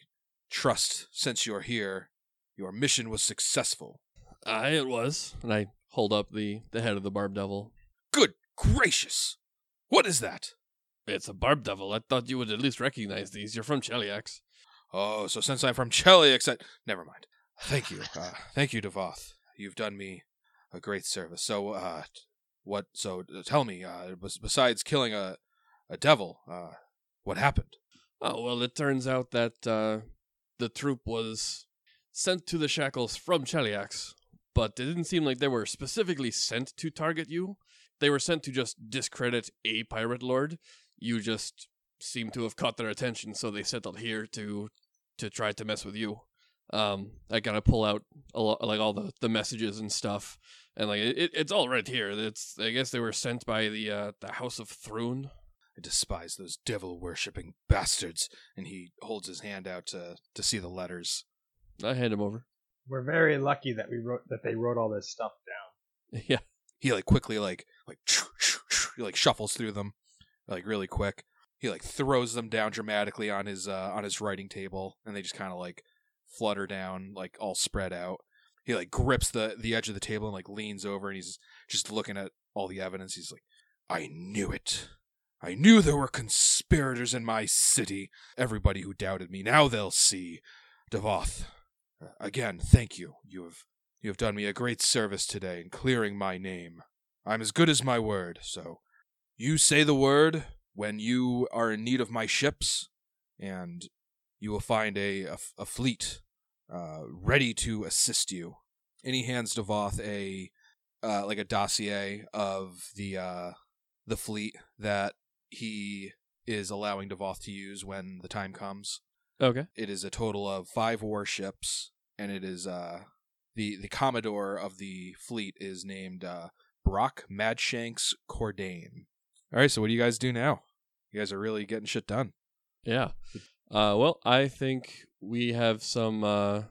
Speaker 1: trust since you're here, your mission was successful.
Speaker 4: I it was, and I hold up the the head of the barb devil.
Speaker 1: Good gracious! What is that?
Speaker 4: It's a barb devil. I thought you would at least recognize these. You're from Cheliax.
Speaker 1: Oh, so since I'm from Cheliax, I... never mind. Thank you, uh, thank you, Devoth. You've done me a great service. So, uh, what? So, uh, tell me. Uh, bes- besides killing a a devil, uh, what happened?
Speaker 4: Oh well, it turns out that uh, the troop was sent to the shackles from Cheliax, but it didn't seem like they were specifically sent to target you. They were sent to just discredit a pirate lord. You just seem to have caught their attention, so they settled here to to try to mess with you. Um, I gotta pull out a lo- like all the, the messages and stuff, and like it, it's all right here. It's I guess they were sent by the uh, the House of Thrune.
Speaker 1: I despise those devil worshipping bastards. And he holds his hand out to to see the letters.
Speaker 4: I hand him over. <laughs>
Speaker 5: We're very lucky that we wrote that they wrote all this stuff down.
Speaker 4: Yeah.
Speaker 1: He like quickly like like he like shuffles through them, like really quick. He like throws them down dramatically on his uh, on his writing table, and they just kind of like flutter down, like all spread out. He like grips the the edge of the table and like leans over, and he's just looking at all the evidence. He's like, "I knew it. I knew there were conspirators in my city. Everybody who doubted me, now they'll see." Devoth, uh, again, thank you. You have you have done me a great service today in clearing my name. I'm as good as my word, so you say the word when you are in need of my ships, and you will find a, a, a fleet uh, ready to assist you. And he hands Devoth a uh, like a dossier of the uh, the fleet that he is allowing Devoth to use when the time comes
Speaker 4: Okay.
Speaker 1: it is a total of five warships, and it is uh the the commodore of the fleet is named uh Brock Madshanks Cordain. All right, so what do you guys do now? You guys are really getting shit done.
Speaker 4: Yeah. Uh, well, I think we have some uh,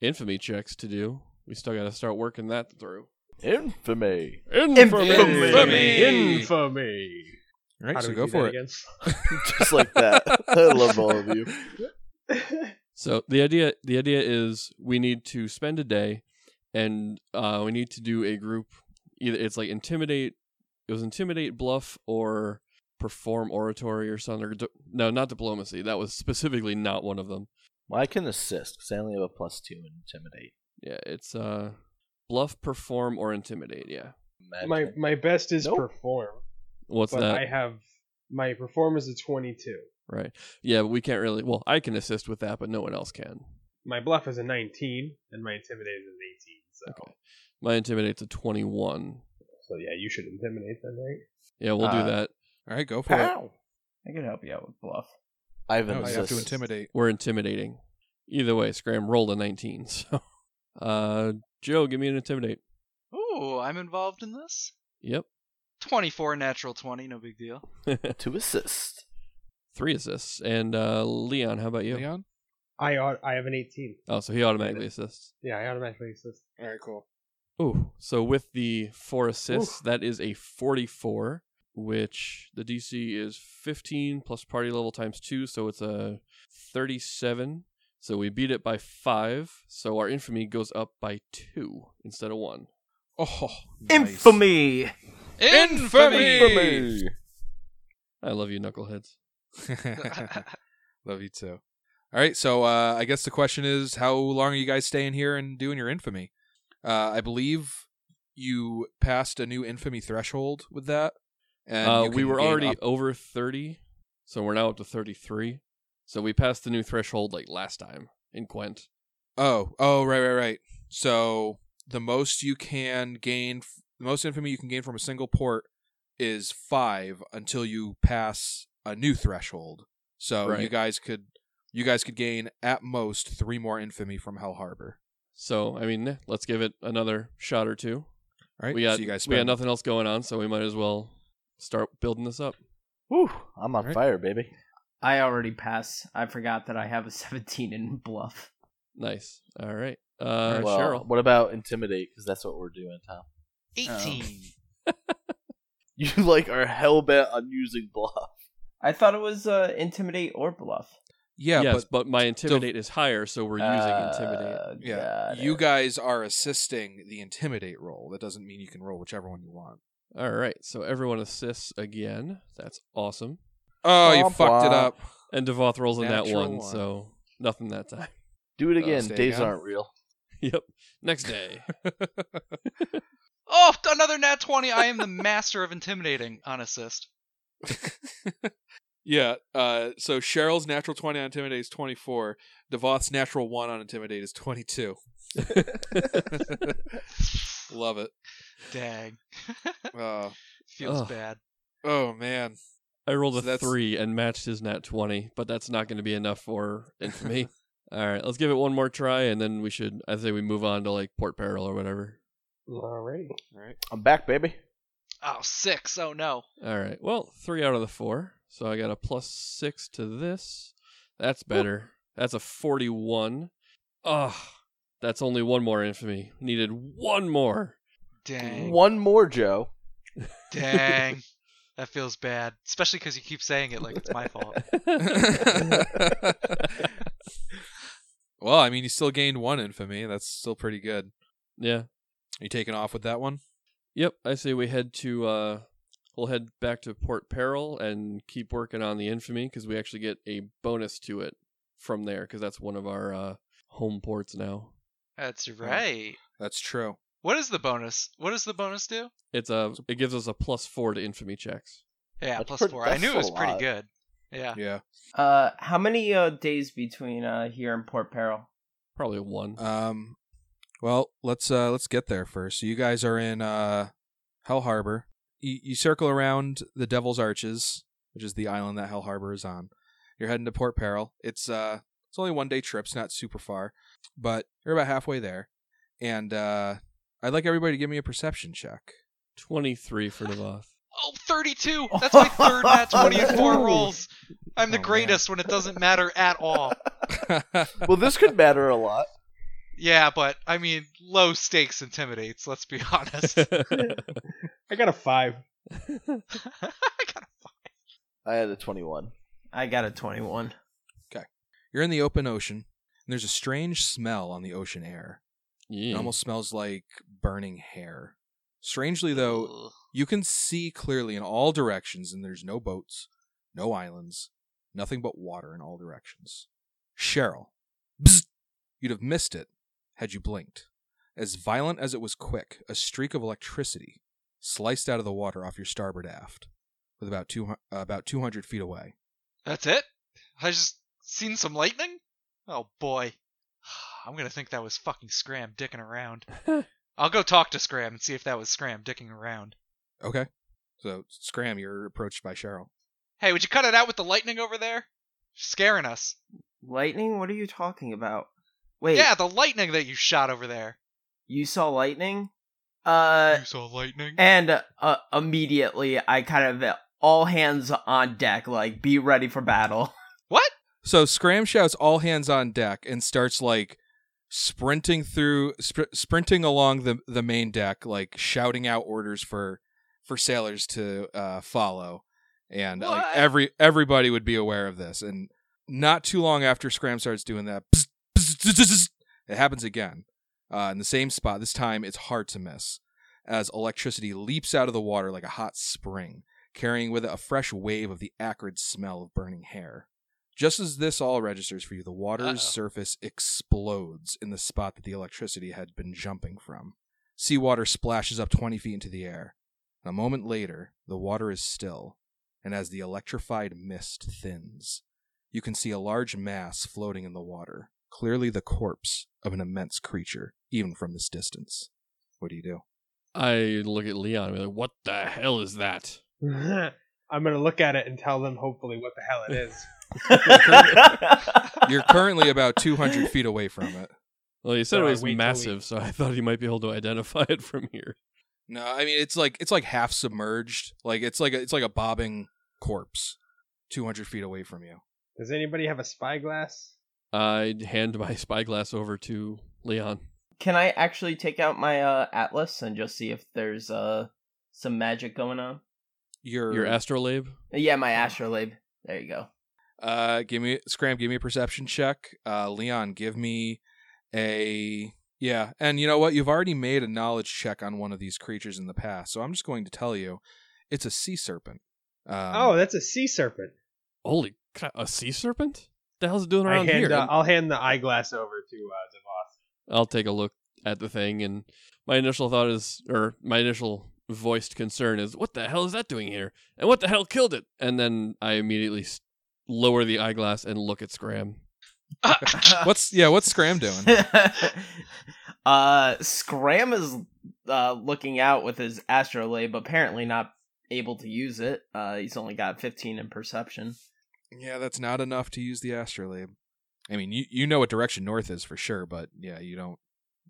Speaker 4: infamy checks to do. We still got to start working that through.
Speaker 2: Infamy.
Speaker 4: Infamy!
Speaker 6: Infamy!
Speaker 5: Infamy.
Speaker 1: All right,
Speaker 5: How do
Speaker 1: so
Speaker 5: we
Speaker 1: go
Speaker 5: do
Speaker 1: for it.
Speaker 5: that
Speaker 2: Just like that. I love all of
Speaker 5: <laughs>
Speaker 2: you.
Speaker 5: again?
Speaker 2: <laughs>
Speaker 4: So the idea the idea is we need to spend a day, and uh, we need to do a group. Either it's like intimidate. It was intimidate, bluff, or perform oratory or something. Or di- no, not diplomacy. That was specifically not one of them.
Speaker 2: Well, I can assist because I only have a plus two in intimidate.
Speaker 4: Yeah, it's uh, bluff, perform, or intimidate. Yeah.
Speaker 5: my my best is
Speaker 2: Nope.
Speaker 5: perform,
Speaker 4: What's
Speaker 5: but
Speaker 4: that?
Speaker 5: I have my perform is a twenty-two.
Speaker 4: Right. Yeah, but we can't really. Well, I can assist with that, but no one else can.
Speaker 5: My bluff is a nineteen, and my intimidate is an eighteen. So,
Speaker 4: Okay. My intimidate's a twenty-one.
Speaker 5: so yeah, you should intimidate them, right?
Speaker 4: Yeah, we'll
Speaker 2: Uh,
Speaker 4: do that.
Speaker 1: All right, go for
Speaker 6: <laughs>
Speaker 1: it.
Speaker 2: Pow!
Speaker 6: I can help you out with bluff.
Speaker 2: I have an
Speaker 1: No, you
Speaker 2: assist.
Speaker 1: have Oh, to intimidate.
Speaker 4: We're intimidating. Either way, Scram rolled a nineteen. <laughs> So, uh, Joe, give me an intimidate.
Speaker 3: Ooh, I'm involved in this.
Speaker 4: Yep, <laughs>
Speaker 3: 24 natural 20, no big <laughs> deal.
Speaker 2: To assist.
Speaker 4: three assists. And uh, Leon, how about you?
Speaker 1: Leon?
Speaker 5: I au- I have an eighteen.
Speaker 4: Oh, so he automatically assists.
Speaker 5: Yeah, I automatically assist.
Speaker 1: All right, cool.
Speaker 4: Ooh, so with the four assists, that is a forty-four, which the DC is fifteen plus party level times two, so it's a thirty-seven. So we beat it by five. So our infamy goes up by two instead of one.
Speaker 1: Oh, nice.
Speaker 6: Infamy.
Speaker 1: Infamy!
Speaker 4: I love you, knuckleheads.
Speaker 1: <laughs>
Speaker 5: <laughs>
Speaker 3: Oh.
Speaker 1: Love you too. All right, so uh, I guess the question is, how long are you guys staying here and doing your infamy? Uh, I believe you passed a new infamy threshold with that, and
Speaker 4: Uh,
Speaker 1: you
Speaker 4: we
Speaker 1: can
Speaker 4: were
Speaker 1: gain
Speaker 4: already
Speaker 1: up-
Speaker 4: over thirty, so we're now up to thirty-three. So we passed the new threshold like last time in Quent.
Speaker 1: oh, oh, right, right, right. So the most you can gain, f- the most infamy you can gain from a single port is five until you pass a new threshold. So you
Speaker 4: Right.
Speaker 1: guys could, you guys could gain at most three more infamy from Hell Harbor.
Speaker 4: So I mean, eh, let's give it another shot or two.
Speaker 1: All right,
Speaker 4: We got
Speaker 1: so you guys
Speaker 4: we got
Speaker 1: spend-
Speaker 4: nothing else going on, so we might as well start building this up.
Speaker 2: Woo! I'm on
Speaker 1: Right.
Speaker 2: fire, baby.
Speaker 6: I already pass. I forgot that I have a <laughs> 17 in bluff.
Speaker 4: Nice. All right, uh,
Speaker 2: well,
Speaker 4: Cheryl.
Speaker 2: what about intimidate? Because that's what we're doing, Tom. <laughs>
Speaker 3: 18.
Speaker 2: You like are hell bent on using bluff.
Speaker 6: I thought it was uh, intimidate or bluff.
Speaker 1: Yeah,
Speaker 4: yes,
Speaker 1: but
Speaker 4: but, my intimidate is higher, so we're using intimidate.
Speaker 6: Uh,
Speaker 1: yeah,
Speaker 6: got
Speaker 1: you
Speaker 6: it.
Speaker 1: guys are assisting the intimidate roll. That doesn't mean you can roll whichever one you want.
Speaker 4: All right, so everyone assists again. That's awesome.
Speaker 1: Oh, you
Speaker 2: Womp
Speaker 1: fucked it
Speaker 2: womp.
Speaker 1: up.
Speaker 4: And Devoth rolls on that
Speaker 1: Natural
Speaker 4: one,
Speaker 1: one.
Speaker 4: so nothing that time. <laughs>
Speaker 2: Do it
Speaker 1: Uh,
Speaker 2: again.
Speaker 1: stay
Speaker 2: Days
Speaker 1: down.
Speaker 2: aren't real.
Speaker 4: yep. Next day.
Speaker 3: Oh, another nat 20. I am the master of intimidating on assist.
Speaker 1: <laughs> yeah. Uh, so Cheryl's natural twenty on intimidate is twenty four. Devoth's natural one on intimidate is twenty two. Love it.
Speaker 3: Dang. <laughs>
Speaker 1: Uh,
Speaker 3: Feels
Speaker 4: Ugh.
Speaker 3: bad.
Speaker 1: oh man. <laughs>
Speaker 4: I rolled
Speaker 1: So
Speaker 4: a
Speaker 1: that's-
Speaker 4: three and matched his nat twenty, but that's not going to be enough for
Speaker 1: <laughs>
Speaker 4: infamy. All right, let's give it one more try, and then we should. I say we move on to like Port Peril or whatever.
Speaker 5: Alrighty.
Speaker 1: All right.
Speaker 2: I'm back, baby.
Speaker 3: Oh, six. Oh, no.
Speaker 4: All right. Well, three out of the four, so I got a plus six to this. That's better. That's a forty-one. Ugh. That's only one more infamy. Needed one more.
Speaker 3: Dang.
Speaker 2: One more, Joe. <laughs>
Speaker 3: <laughs> Dang. That feels bad. Especially because you keep saying it like it's my <laughs> fault.
Speaker 1: well, I mean, you still gained one infamy. That's still pretty good.
Speaker 4: yeah.
Speaker 1: Are you taking off with that one?
Speaker 4: Yep. I say we head to. uh We'll head back to Port Peril and keep working on the infamy because we actually get a bonus to it from there because that's one of our uh home ports now.
Speaker 3: That's right.
Speaker 1: That's true.
Speaker 3: What is the bonus? What does the bonus do?
Speaker 4: It's a. It gives us a plus four to infamy checks.
Speaker 3: Yeah,
Speaker 2: That's
Speaker 3: plus
Speaker 2: pretty-
Speaker 3: four. I
Speaker 2: that's
Speaker 3: knew it
Speaker 2: a
Speaker 3: was pretty
Speaker 2: lot.
Speaker 3: good. Yeah.
Speaker 1: Yeah.
Speaker 6: Uh, how many uh, days between uh, here and Port Peril?
Speaker 4: Probably one.
Speaker 1: Um, well, let's uh let's get there first. So you guys are in uh Hell Harbor. You, you circle around the Devil's Arches, which is the island that Hell Harbor is on. You're heading to Port Peril. It's uh it's only one day trip. It's not super far, but you're about halfway there. And uh I'd like everybody to give me a perception check. <laughs>
Speaker 4: Twenty-three for Devoth. <laughs>
Speaker 3: Oh, 32. That's my third nat 20 in four rolls. I'm the
Speaker 1: Oh, man.
Speaker 3: greatest when it doesn't matter at all.
Speaker 2: Well, this could matter a lot.
Speaker 3: Yeah, but I mean, low stakes intimidates, let's be <laughs>
Speaker 4: <laughs>
Speaker 3: honest.
Speaker 5: I got a five. <laughs>
Speaker 2: I had a 21.
Speaker 6: I got a 21.
Speaker 1: you're in the open ocean, and there's a strange smell on the ocean air. It
Speaker 4: yeah.
Speaker 1: almost smells like burning hair. Strangely though,
Speaker 3: Ugh.
Speaker 1: You can see clearly in all directions, and there's no boats, no islands, nothing but water in all directions. Cheryl, bzz, you'd have missed it had you blinked. As violent as it was quick, a streak of electricity sliced out of the water off your starboard aft, with about two hu- uh, about two hundred feet away.
Speaker 3: That's it? I just seen some lightning? Oh boy. <sighs> I'm gonna think that was fucking Scram dicking around. I'll go talk to Scram and see if that was Scram dicking around.
Speaker 1: Okay, so Scram, you're approached by Cheryl.
Speaker 3: Hey, would you cut it out with the lightning over there? Scaring us.
Speaker 6: Lightning? What are you talking about? Wait,
Speaker 3: Yeah, the lightning that you shot over there.
Speaker 6: you saw lightning? Uh,
Speaker 3: you saw lightning?
Speaker 6: and uh, immediately I kind of uh, all hands on deck, like be ready for battle.
Speaker 3: What?
Speaker 1: So Scram shouts all hands on deck and starts like sprinting through spr- sprinting along the the main deck like shouting out orders for for sailors to uh follow and like
Speaker 3: What?
Speaker 1: every everybody would be aware of this and not too long after Scram starts doing that bzz, bzz, bzz, bzz, bzz, it happens again uh in the same spot this time it's hard to miss as electricity leaps out of the water like a hot spring carrying with it a fresh wave of the acrid smell of burning hair just as this all registers for you, the water's
Speaker 3: Uh-oh.
Speaker 1: surface explodes in the spot that the electricity had been jumping from. Seawater splashes up 20 feet into the air. A moment later, the water is still, and as the electrified mist thins, you can see a large mass floating in the water, clearly the corpse of an immense creature, even from this distance. What do you do?
Speaker 4: I look at Leon and be like, what the hell is that?
Speaker 5: I'm gonna look at it and tell them hopefully what the hell it is.
Speaker 1: You're currently about 200 feet away from it.
Speaker 4: Well, you said
Speaker 5: So
Speaker 4: it
Speaker 5: I
Speaker 4: was
Speaker 5: wait till we-
Speaker 4: massive, so I <laughs> thought he might be able to identify it from here.
Speaker 1: No, I mean it's like it's like half submerged. Like it's like a, it's like a bobbing corpse, two hundred feet away from you.
Speaker 5: Does anybody have a spyglass?
Speaker 4: I hand my spyglass over to Leon.
Speaker 6: Can I actually take out my uh, atlas and just see if there's uh some magic going on?
Speaker 1: Your
Speaker 4: Your astrolabe?
Speaker 6: <laughs> Yeah, my astrolabe. There you go.
Speaker 1: Uh, give me Scram. Give me a perception check. Uh, Leon, give me a yeah. And you know what? You've already made a knowledge check on one of these creatures in the past, so I'm just going to tell you, it's a sea serpent. Um,
Speaker 5: oh, <laughs> that's a sea serpent.
Speaker 4: Holy crap! A sea serpent? The hell's it doing
Speaker 5: I
Speaker 4: around
Speaker 5: hand,
Speaker 4: here?
Speaker 5: uh, I'll hand the eyeglass over to uh, DeVos.
Speaker 4: I'll take a look at the thing, and my initial thought is, or my initial voiced concern is, what the hell is that doing here? And what the hell killed it? And then I immediately s- lower the eyeglass and look at Scram.
Speaker 1: What's yeah? What's Scram doing?
Speaker 6: <laughs> uh, Scram is uh, looking out with his astrolabe, apparently not able to use it. Uh, he's only got 15 in perception.
Speaker 1: Yeah, that's not enough to use the astrolabe. I mean, you you know what direction north is for sure, but yeah, you don't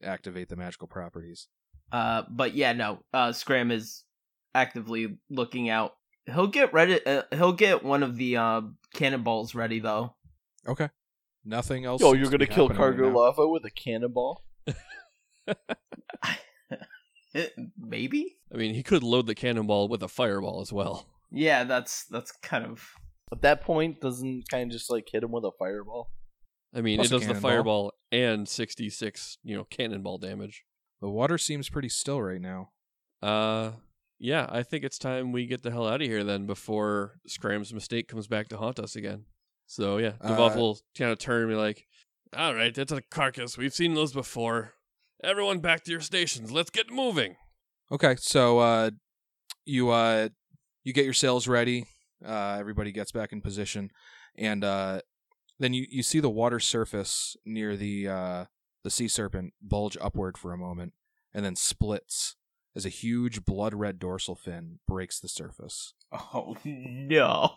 Speaker 1: activate the magical properties.
Speaker 6: Uh, but yeah, no. Uh, Scram is actively looking out. He'll get ready. Uh, he'll get one of the uh, cannonballs ready though.
Speaker 1: Nothing else.
Speaker 2: Yo,
Speaker 1: seems
Speaker 2: you're
Speaker 1: to
Speaker 2: gonna
Speaker 1: be
Speaker 2: kill
Speaker 1: happening right
Speaker 2: Cargo
Speaker 1: now.
Speaker 2: Lava with a cannonball?
Speaker 6: Eh, Maybe.
Speaker 4: I mean, he could load the cannonball with a fireball as well.
Speaker 6: Yeah, that's that's kind of <laughs>
Speaker 2: At that point, doesn't kind of just like hit him with a <laughs> fireball?
Speaker 4: I mean,
Speaker 1: Plus
Speaker 4: it
Speaker 1: a
Speaker 4: does the
Speaker 1: cannonball.
Speaker 4: fireball and 66, you know, cannonball damage.
Speaker 1: The water seems pretty still right now.
Speaker 4: Uh, yeah, I think it's time we get the hell out of here then before Scram's mistake comes back to haunt us again. So yeah, Devoff
Speaker 1: Uh,
Speaker 4: will kind of turn and be like, "All right, that's a carcass. We've seen those before. Everyone, back to your stations. Let's get moving."
Speaker 1: Okay, so uh, you uh, you get your sails ready. Uh, everybody gets back in position, and uh, then you, you see the water surface near the uh, the sea serpent bulge upward for a moment, and then splits as a huge blood red dorsal fin breaks the surface,
Speaker 6: Oh no.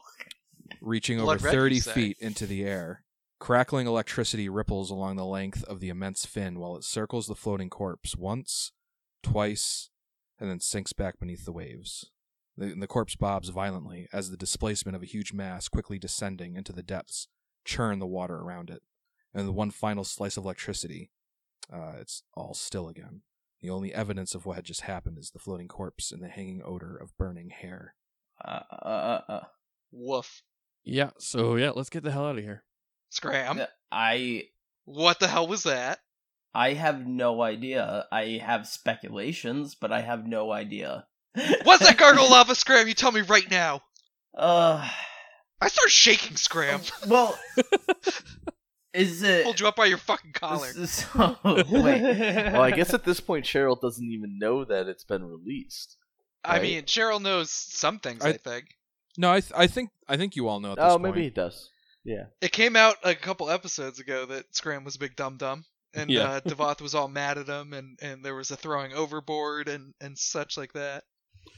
Speaker 1: reaching
Speaker 3: Blood
Speaker 1: over
Speaker 3: red, you
Speaker 1: thirty
Speaker 3: say?
Speaker 1: feet into the air. Crackling electricity ripples along the length of the immense fin while it circles the floating corpse once, twice, and then sinks back beneath the waves. The, the corpse bobs violently as the displacement of a huge mass quickly descending into the depths churn the water around it. And with one final slice of electricity, uh, it's all still again. The only evidence of what had just happened is the floating corpse and the hanging odor of burning hair.
Speaker 6: Uh, uh, uh, uh.
Speaker 3: <laughs> Woof.
Speaker 4: Yeah. So yeah, let's get the hell out of here.
Speaker 3: Scram.
Speaker 6: I
Speaker 3: What the hell was that?
Speaker 6: I have no idea. I have speculations, but I have no idea.
Speaker 3: <laughs> What's that gargle
Speaker 6: <laughs>
Speaker 3: lava scram? You tell me right now.
Speaker 6: Uh,
Speaker 3: I start shaking scram. <laughs>
Speaker 6: well, is it?
Speaker 3: Hold you up by your fucking collar.
Speaker 6: <laughs> So,
Speaker 5: uh, <laughs>
Speaker 6: wait.
Speaker 2: Well, I guess at this point, Cheryl doesn't even know that it's been released.
Speaker 3: I
Speaker 2: right.
Speaker 3: mean, Cheryl knows some things. I,
Speaker 1: I-
Speaker 3: think
Speaker 1: No, I, th- I think I think you all know at this
Speaker 2: Oh,
Speaker 1: point.
Speaker 2: maybe it does.
Speaker 3: it came out a couple episodes ago that Scram was a big dum dum, and
Speaker 4: Yeah.
Speaker 3: uh, Devoth was all mad at him, and, and there was a throwing overboard and and such like that.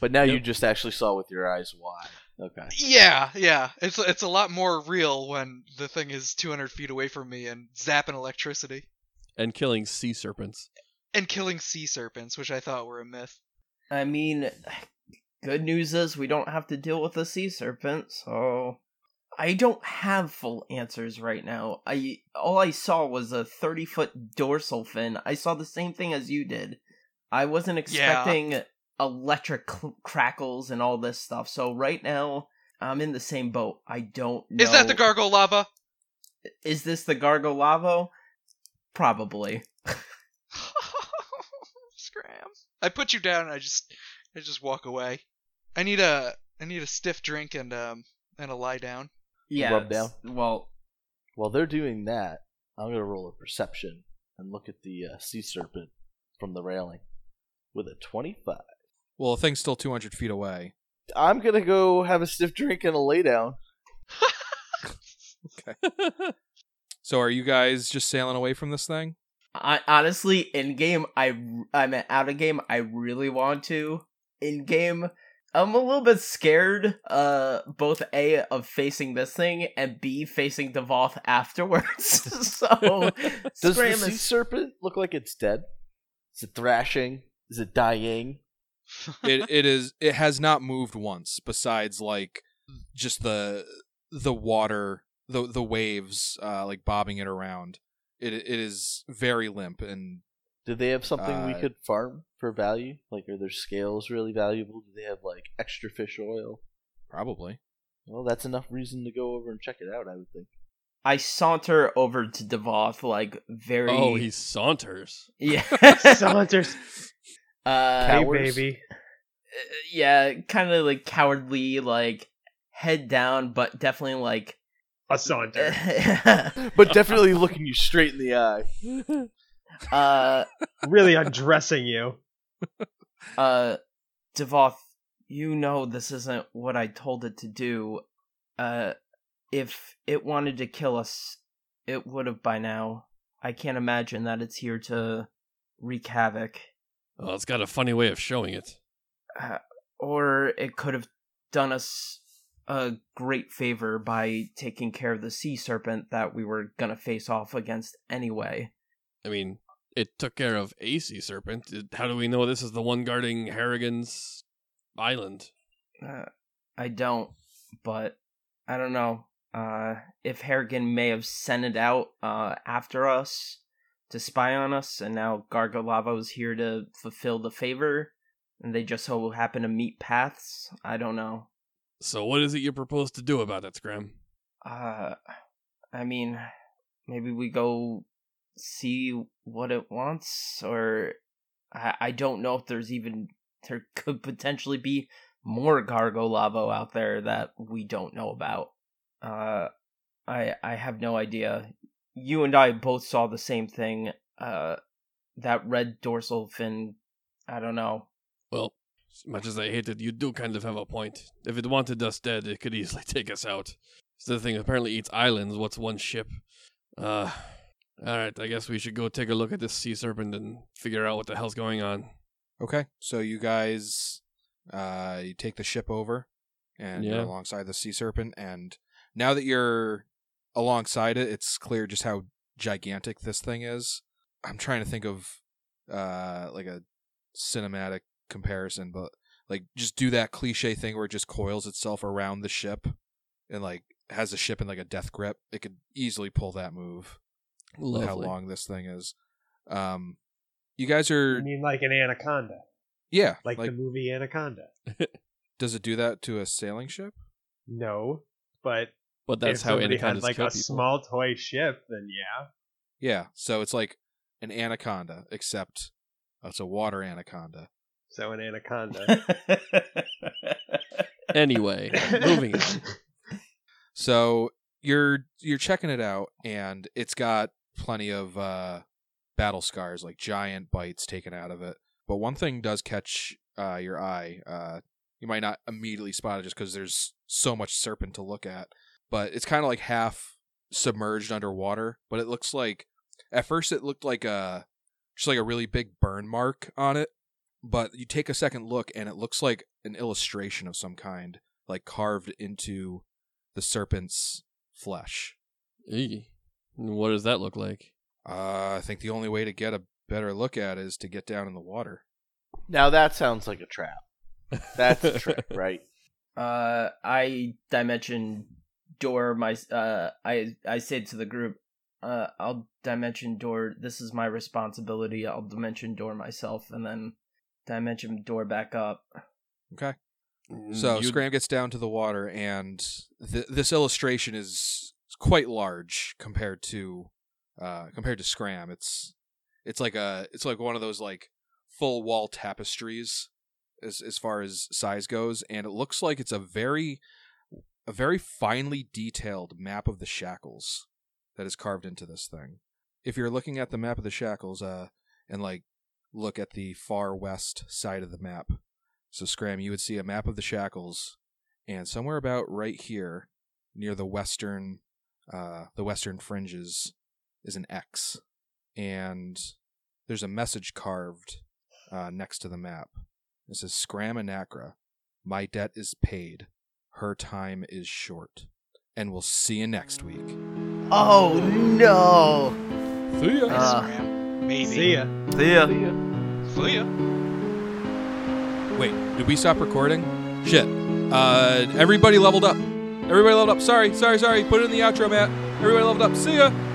Speaker 2: But now you
Speaker 4: Yep.
Speaker 2: just actually saw with your eyes why. Okay.
Speaker 3: Yeah, yeah. It's it's a lot more real when the thing is 200 feet away from me and zapping electricity
Speaker 4: And killing sea serpents.
Speaker 3: and killing sea serpents, which I thought were a myth.
Speaker 6: I mean, good news is we don't have to deal with a sea serpent, so I don't have full answers right now. I all I saw was a thirty foot dorsal fin. I saw the same thing as you did. I wasn't expecting electric cl- crackles and all this stuff. So right now, I'm in the same boat. I don't know.
Speaker 3: Is that the gargoyle lava?
Speaker 6: Is this the gargo lavo? Probably.
Speaker 3: Scram. I put you down and I just I just walk away. I need a I need a stiff drink and um and a lie down. <laughs>
Speaker 6: Yeah.
Speaker 2: Rub
Speaker 6: it's- Well,
Speaker 2: While they're doing that, I'm gonna roll a perception and look at the uh, sea serpent from the railing with a 25.
Speaker 1: Well, the thing's still 200 feet away.
Speaker 2: I'm gonna go have a stiff drink and a lay down.
Speaker 1: So are you guys just sailing away from this thing?
Speaker 6: I honestly in game I I'm out of game I really want to. In game I'm a little bit scared uh both A of facing this thing and B facing Devoth
Speaker 2: <laughs>
Speaker 6: afterwards. <laughs> so
Speaker 2: Does
Speaker 6: Scram
Speaker 2: the sea
Speaker 6: is-
Speaker 2: serpent look like it's dead? Is it thrashing? Is it dying?
Speaker 1: It it is it has not moved once besides like just the the water the the waves uh like bobbing it around. It it is very limp and
Speaker 2: Do they have something we
Speaker 1: Uh,
Speaker 2: could farm for value? Like, are their scales really valuable? Do they have like extra fish oil?
Speaker 1: probably
Speaker 2: Well, that's enough reason to go over and check it out, I would think.
Speaker 6: I saunter over to Devoth like very.
Speaker 4: Oh, he saunters.
Speaker 6: <laughs>
Speaker 2: <laughs>
Speaker 6: yeah.
Speaker 5: Saunters.
Speaker 6: <laughs> uh,
Speaker 5: Hey,
Speaker 2: Hours.
Speaker 5: baby.
Speaker 6: yeah, kind of like cowardly, like head down, but definitely like. <laughs>
Speaker 5: A saunter.
Speaker 2: But definitely looking you straight in the eye.
Speaker 6: uh,
Speaker 5: really undressing you.
Speaker 6: uh, Devoth, you know this isn't what I told it to do. Uh, if it wanted to kill us, it would have by now. I can't imagine that it's here to wreak havoc.
Speaker 4: Oh, it's got a funny way of showing it.
Speaker 6: Or it could have done us a great favor by taking care of the sea serpent that we were gonna face off against anyway.
Speaker 4: I mean, it took care of a sea serpent. It- How do we know this is the one guarding Harrigan's island?
Speaker 6: Uh, I don't, but I don't know. Uh, if Harrigan may have sent it out uh, after us to spy on us, and now Gargolavo's here to fulfill the favor, and they just so happen to meet paths, I don't know.
Speaker 4: So, what is it you propose to do about it, Scram?
Speaker 6: Uh, I mean, maybe we go see what it wants, or I, I don't know if there's even there <laughs> could potentially be more Gargo Lavo out there that we don't know about. Uh, I I have no idea. You and I both saw the same thing. Uh, that red dorsal fin. I don't know. <laughs>
Speaker 4: Well, as much as I hate it, you do kind of have a point. If it wanted us dead, it could easily <laughs> take us out. So the thing apparently eats islands. What's one ship? Uh, all right. I guess we should go take a look at this sea serpent and figure out what the hell's going on.
Speaker 1: Okay, so you guys, uh, you take the ship over, and you're
Speaker 4: Yeah.
Speaker 1: alongside the sea serpent. And now that you're alongside it, it's clear just how gigantic this thing is. I'm trying to think of, uh, like a cinematic comparison, but like just do that cliche thing where it just coils itself around the ship, and like has the ship in like a death grip. It could easily pull that move. with How
Speaker 4: Lovely.
Speaker 1: long this thing is. Um, you guys
Speaker 5: I
Speaker 1: are
Speaker 5: mean, like an anaconda,
Speaker 1: yeah,
Speaker 5: like, the movie Anaconda.
Speaker 1: Does it do that to a sailing ship?
Speaker 5: No, but
Speaker 4: But that's
Speaker 5: if
Speaker 4: how
Speaker 5: somebody had
Speaker 4: anacondas
Speaker 5: like a
Speaker 4: kill people.
Speaker 5: small toy ship, then yeah.
Speaker 1: Yeah. So it's like an anaconda, except oh, it's a water anaconda.
Speaker 5: So an
Speaker 4: <laughs>
Speaker 6: <laughs>
Speaker 5: anaconda.
Speaker 4: <laughs>
Speaker 5: <laughs>
Speaker 4: anyway, moving on.
Speaker 1: So you're you're checking it out, and it's got plenty of uh, battle scars, like giant bites taken out of it. But one thing does catch uh, your eye. Uh, you might not immediately spot it just because there's so much serpent to look at. But it's kind of like half submerged underwater. But it looks like at first it looked like a just like a really big burn mark on it. But you take a second look, and it looks like an illustration of some kind, like carved into the serpent's flesh.
Speaker 4: Eey. What does that look like?
Speaker 1: Uh, I think the only way to get a better look at it is to get down in the water.
Speaker 2: Now that sounds like a trap. That's a <laughs> trap, right?
Speaker 6: Uh, I dimension door my uh I I said to the group, uh I'll dimension door this is my responsibility. I'll dimension door myself and then dimension door back up.
Speaker 1: Okay. So
Speaker 4: You-
Speaker 1: Scram gets down to the water, and th- this illustration is quite large compared to uh, compared to Scram. It's it's like a it's like one of those like full wall tapestries as as far as size goes, and it looks like it's a very a very finely detailed map of the shackles that is carved into this thing. If you're looking at the map of the shackles, uh, and like look at the far west side of the map, so, Scram, you would see a map of the shackles, and somewhere about right here, near the western, uh, the western fringes, is an X, and there's a message carved uh, next to the map. It says, "Scram Anacra, my debt is paid, her time is short, and we'll see you next week."
Speaker 6: Oh no.
Speaker 1: See ya.
Speaker 6: Uh,
Speaker 3: Instagram. Maybe.
Speaker 5: See ya.
Speaker 6: Yeah.
Speaker 3: See ya.
Speaker 1: Wait, did we stop recording? Shit. Uh, everybody leveled up. Everybody leveled up. Sorry, sorry, sorry. Put it in the outro, Matt. Everybody leveled up. See ya.